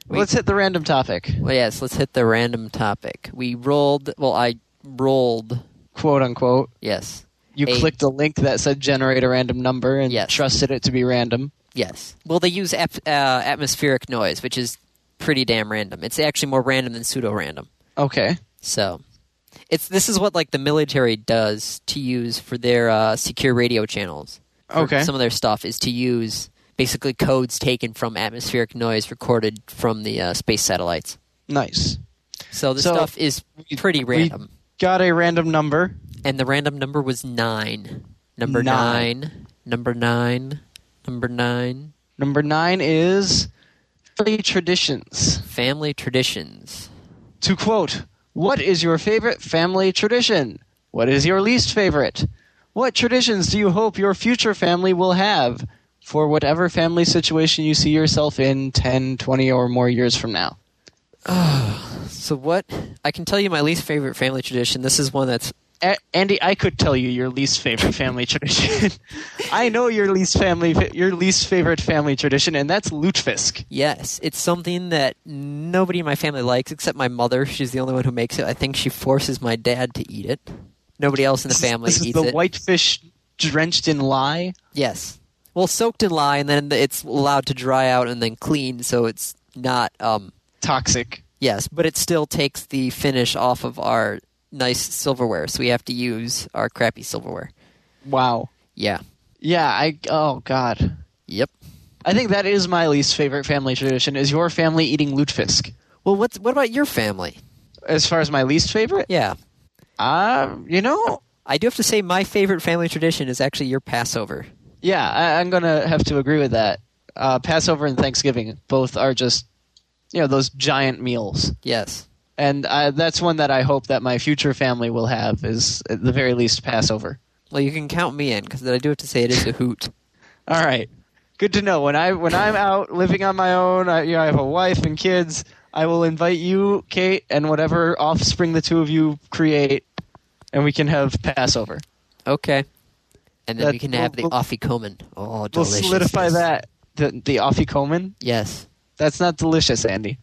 Speaker 1: We-
Speaker 2: Let's hit the random topic.
Speaker 1: well, yes, let's hit the random topic. We rolled. Well, I rolled.
Speaker 2: Quote unquote.
Speaker 1: Yes,
Speaker 2: You
Speaker 1: Eight.
Speaker 2: clicked a link that said generate a random number and
Speaker 1: Yes.
Speaker 2: trusted it to be random.
Speaker 1: yes. Well, they use ap- uh, atmospheric noise, which is pretty damn random. It's actually more random than pseudo random.
Speaker 2: Okay.
Speaker 1: So it's this is what like the military does to use for their uh, secure radio channels. for
Speaker 2: Okay.
Speaker 1: Some of their stuff is to use basically codes taken from atmospheric noise recorded from the uh, space satellites.
Speaker 2: Nice.
Speaker 1: So this
Speaker 2: So-
Speaker 1: stuff is pretty
Speaker 2: we-
Speaker 1: random.
Speaker 2: Got a random number.
Speaker 1: and the random number was nine. Number
Speaker 2: Nine.
Speaker 1: nine. Number nine. Number nine.
Speaker 2: Number nine is family traditions.
Speaker 1: Family traditions.
Speaker 2: To quote, what is your favorite family tradition? What is your least favorite? What traditions do you hope your future family will have for whatever family situation you see yourself in 10, 20, or more years from now?
Speaker 1: So what? I can tell you my least favorite family tradition. This is one that's
Speaker 2: A- Andy, I could tell you your least favorite family tradition. I know your least family, your least favorite family tradition, and that's lutefisk.
Speaker 1: Yes, it's something that nobody in my family likes except my mother. She's the only one who makes it. I think she forces my dad to eat it. Nobody else in the family
Speaker 2: this is
Speaker 1: eats
Speaker 2: the
Speaker 1: it.
Speaker 2: whitefish drenched in lye.
Speaker 1: yes. Well, soaked in lye, and then it's allowed to dry out and then cleaned, so it's not. Um,
Speaker 2: Toxic.
Speaker 1: yes, but it still takes the finish off of our nice silverware, so we have to use our crappy silverware.
Speaker 2: Wow.
Speaker 1: Yeah.
Speaker 2: Yeah, I. Oh God.
Speaker 1: Yep.
Speaker 2: I think that is my least favorite family tradition. Is your family eating lutefisk?
Speaker 1: Well, what's what about your family?
Speaker 2: As far as my least favorite,
Speaker 1: Yeah.
Speaker 2: uh, you know,
Speaker 1: I do have to say, my favorite family tradition is actually your Passover.
Speaker 2: yeah, I, I'm gonna have to agree with that. Uh, Passover and Thanksgiving both are just, you know, those giant meals,
Speaker 1: Yes.
Speaker 2: and I, that's one that I hope that my future family will have is at the very least Passover.
Speaker 1: Well, you can count me in because I do have to say it is a hoot.
Speaker 2: All right, good to know. When I when I'm out living on my own, I, you know, I have a wife and kids. I will invite you, Kate, and whatever offspring the two of you create, and we can have Passover.
Speaker 1: okay. And then
Speaker 2: That-
Speaker 1: we can have the
Speaker 2: we'll-
Speaker 1: afikoman. Oh,
Speaker 2: We'll
Speaker 1: delicious.
Speaker 2: solidify that. The, the afikoman?
Speaker 1: Yes.
Speaker 2: That's not delicious, Andy.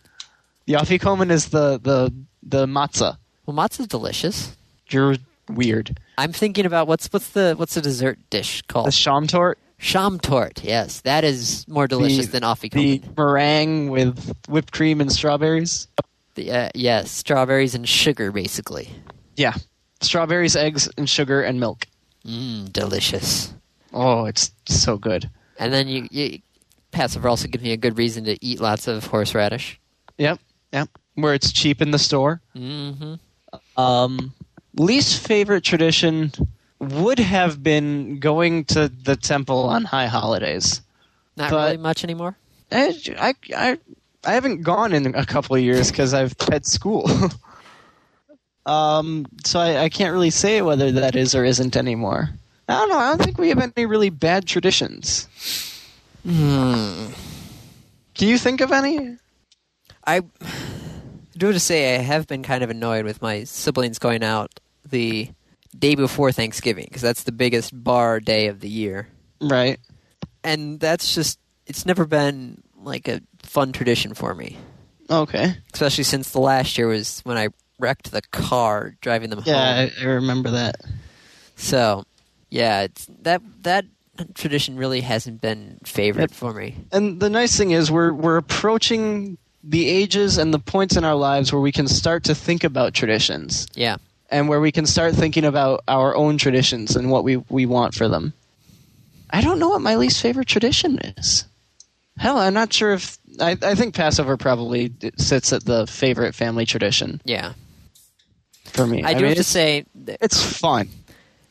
Speaker 2: The afikoman is the, the, the matzah.
Speaker 1: Well, matzah's delicious.
Speaker 2: You're weird.
Speaker 1: I'm thinking about what's what's the what's the dessert dish
Speaker 2: The
Speaker 1: called?
Speaker 2: shamtort,
Speaker 1: Shamtort. Yes, that is more delicious than
Speaker 2: the
Speaker 1: afikoman.
Speaker 2: meringue with whipped cream and strawberries.
Speaker 1: The, uh, yes, strawberries and sugar, basically.
Speaker 2: Yeah. Strawberries, eggs, and sugar and milk.
Speaker 1: Mmm, delicious.
Speaker 2: Oh, it's so good.
Speaker 1: And then you, you Passover also gives me a good reason to eat lots of horseradish.
Speaker 2: Yep, yep. Where it's cheap in the store.
Speaker 1: Mm-hmm.
Speaker 2: Um, least favorite tradition would have been going to the temple on high holidays.
Speaker 1: Not
Speaker 2: But-
Speaker 1: really much anymore.
Speaker 2: I, I, I, I haven't gone in a couple of years because I've had school. um, so I, I can't really say whether that is or isn't anymore. I don't know. I don't think we have any really bad traditions.
Speaker 1: Hmm.
Speaker 2: Can you think of any?
Speaker 1: I do have to say I have been kind of annoyed with my siblings going out the day before Thanksgiving because that's the biggest bar day of the year,
Speaker 2: Right.
Speaker 1: and that's just it's never been like a fun tradition for me,
Speaker 2: Okay.
Speaker 1: especially since the last year was when I wrecked the car driving them home.
Speaker 2: Yeah, I, I remember that.
Speaker 1: So, yeah, it's that that tradition really hasn't been favorite for me.
Speaker 2: And the nice thing is, we're we're approaching the ages and the points in our lives where we can start to think about traditions
Speaker 1: Yeah.
Speaker 2: and where we can start thinking about our own traditions and what we, we want for them. I don't know what my least favorite tradition is. Hell, I'm not sure if I, I think Passover probably d- sits at the favorite family tradition
Speaker 1: Yeah,
Speaker 2: for me.
Speaker 1: I, do
Speaker 2: mean,
Speaker 1: have to
Speaker 2: it's,
Speaker 1: say th-
Speaker 2: it's fun.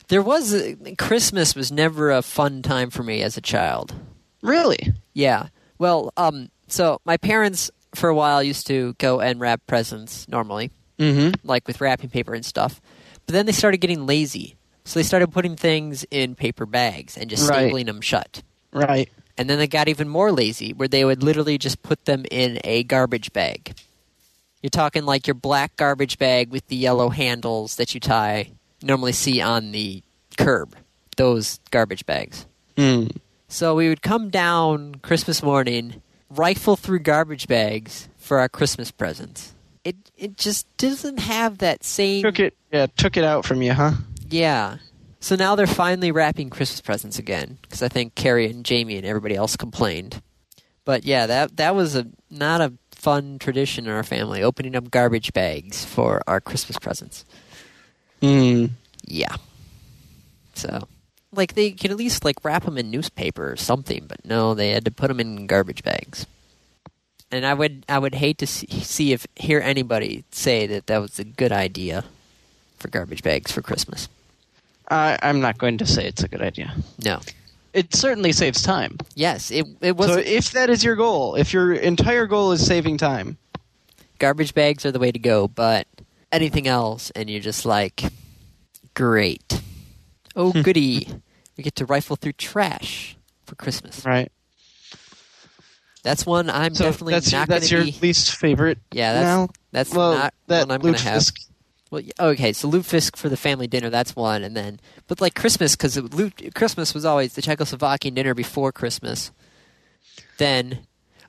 Speaker 1: there was a, Christmas was never a fun time for me as a child.
Speaker 2: Really?
Speaker 1: Yeah. Well, um, So my parents, for a while, used to go and wrap presents normally,
Speaker 2: Mm-hmm.
Speaker 1: like with wrapping paper and stuff. But then they started getting lazy, so they started putting things in paper bags and just
Speaker 2: Right.
Speaker 1: stapling them shut.
Speaker 2: Right.
Speaker 1: And then they got even more lazy, where they would literally just put them in a garbage bag. You're talking like your black garbage bag with the yellow handles that you tie normally see on the curb. Those garbage bags.
Speaker 2: Mm.
Speaker 1: So we would come down Christmas morning, rifle through garbage bags for our Christmas presents. It it just doesn't have that same
Speaker 2: Took it. Yeah, took it out from you, huh?
Speaker 1: yeah. So now they're finally wrapping Christmas presents again because I think Carrie and Jamie and everybody else complained. But yeah, that that was a not a fun tradition in our family opening up garbage bags for our Christmas presents.
Speaker 2: Mm.
Speaker 1: Yeah. So, like they could at least like wrap them in newspaper or something, but no, they had to put them in garbage bags. And I would I would hate to see, see if hear anybody say that that was a good idea for garbage bags for Christmas.
Speaker 2: I, I'm not going to say it's a good idea.
Speaker 1: No.
Speaker 2: It certainly saves time.
Speaker 1: Yes, it it was
Speaker 2: so if that is your goal, if your entire goal is saving time,
Speaker 1: garbage bags are the way to go, but anything else and you're just like great. Oh goody. we get to rifle through trash for Christmas.
Speaker 2: right?
Speaker 1: That's one I'm
Speaker 2: So
Speaker 1: definitely
Speaker 2: that's
Speaker 1: not going
Speaker 2: that's
Speaker 1: to
Speaker 2: your
Speaker 1: be
Speaker 2: least favorite.
Speaker 1: Yeah, that's
Speaker 2: now?
Speaker 1: that's
Speaker 2: well,
Speaker 1: not
Speaker 2: that
Speaker 1: one I'm going
Speaker 2: Luke
Speaker 1: to have.
Speaker 2: Fisk-
Speaker 1: Well, y- okay, so Lutefisk for the family dinner, that's one, and then but like Christmas because Christmas was always the Czechoslovakian dinner before Christmas. Then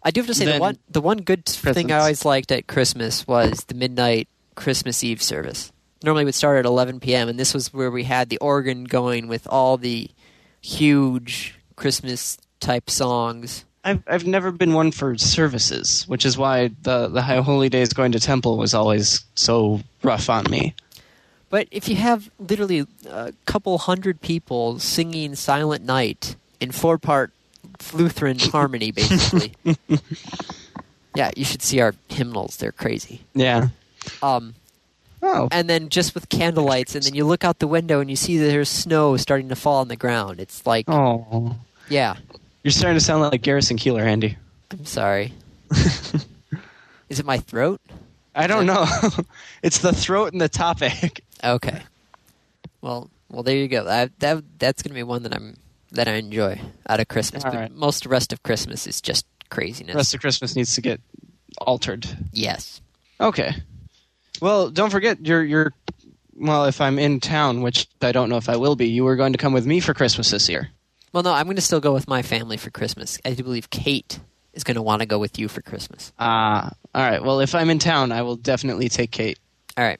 Speaker 1: I do have to say the
Speaker 2: Then-
Speaker 1: one the one good thing I
Speaker 2: Presents.
Speaker 1: always liked at Christmas was the midnight Christmas Eve service. Normally, it would start at 11 p.m., and this was where we had the organ going with all the huge Christmas type songs.
Speaker 2: I've I've never been one for services, which is why the the High Holy Days going to temple was always so rough on me.
Speaker 1: But if you have literally a couple hundred people singing Silent Night in four part Lutheran harmony, basically. yeah, you should see our hymnals. They're crazy.
Speaker 2: Yeah.
Speaker 1: Um,
Speaker 2: Oh.
Speaker 1: and then just with candlelights, and then you look out the window and you see that there's snow starting to fall on the ground. It's like,
Speaker 2: Oh.
Speaker 1: yeah,
Speaker 2: You're starting to sound like Garrison Keeler, Andy.
Speaker 1: I'm sorry. Is it my throat?
Speaker 2: I don't know. it's the throat and the topic.
Speaker 1: Okay. Well, well, there you go. I, that that's gonna be one that I'm that I enjoy out of Christmas.
Speaker 2: All
Speaker 1: but
Speaker 2: right.
Speaker 1: most of the rest of Christmas is just craziness.
Speaker 2: The rest of Christmas needs to get altered.
Speaker 1: yes.
Speaker 2: Okay. Well, don't forget your your well, if I'm in town, which I don't know if I will be, you were going to come with me for Christmas this year.
Speaker 1: Well, no, I'm gonna still go with my family for Christmas. I do believe Kate is gonna want to go with you for Christmas.
Speaker 2: Ah, all right. Well, if I'm in town, I will definitely take Kate.
Speaker 1: All right.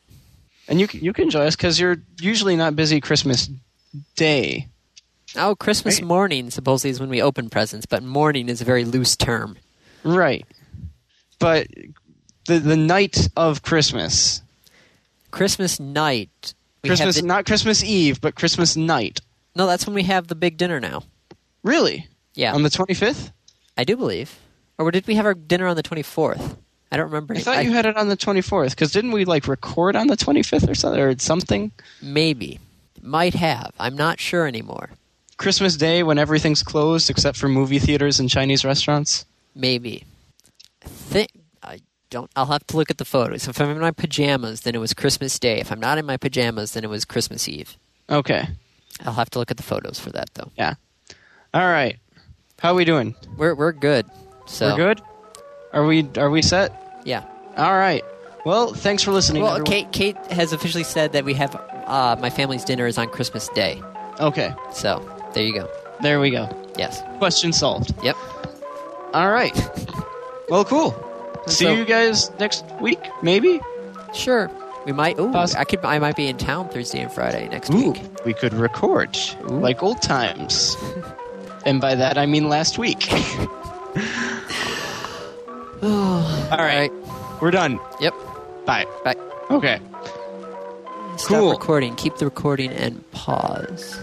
Speaker 2: And you c- you can join us because you're usually not busy Christmas Day.
Speaker 1: Oh, Christmas
Speaker 2: Great.
Speaker 1: morning supposedly is when we open presents, but morning is a very loose term.
Speaker 2: Right. But the the night of Christmas.
Speaker 1: Christmas night. We have
Speaker 2: Christmas
Speaker 1: the-
Speaker 2: not Christmas Eve, but Christmas night.
Speaker 1: no, that's when we have the big dinner now.
Speaker 2: Really?
Speaker 1: Yeah,
Speaker 2: On the 25th?
Speaker 1: I do believe. Or did we have our dinner on the 24th? I don't remember.
Speaker 2: I thought you had it on the 24th because didn't we like record on the 25th or something or something?
Speaker 1: Maybe. Might have. I'm not sure anymore.
Speaker 2: Christmas Day when everything's closed except for movie theaters and Chinese restaurants.
Speaker 1: Maybe. Think I don't I'll have to look at the photos. If I'm in my pajamas, then it was Christmas Day. If I'm not in my pajamas, then it was Christmas Eve.
Speaker 2: Okay.
Speaker 1: I'll have to look at the photos for that though.
Speaker 2: Yeah. All right. How are we doing?
Speaker 1: We're we're good. So
Speaker 2: We're good. Are we are we set?
Speaker 1: Yeah.
Speaker 2: All right. Well, thanks for listening.
Speaker 1: Well,
Speaker 2: everyone.
Speaker 1: Kate Kate has officially said that we have uh, my family's dinner is on Christmas Day.
Speaker 2: Okay.
Speaker 1: So there you go.
Speaker 2: There we go.
Speaker 1: Yes.
Speaker 2: Question solved.
Speaker 1: Yep.
Speaker 2: All right. well, cool. See
Speaker 1: So-
Speaker 2: you guys next week, maybe.
Speaker 1: Sure. We might. Ooh,
Speaker 2: Poss-
Speaker 1: I could. I might be in town Thursday and Friday next
Speaker 2: Ooh,
Speaker 1: week.
Speaker 2: we could record like old times. and by that I mean last week. All right. We're done.
Speaker 1: Yep.
Speaker 2: Bye.
Speaker 1: Bye.
Speaker 2: Okay.
Speaker 1: Stop
Speaker 2: Cool.
Speaker 1: recording. Keep the recording and pause.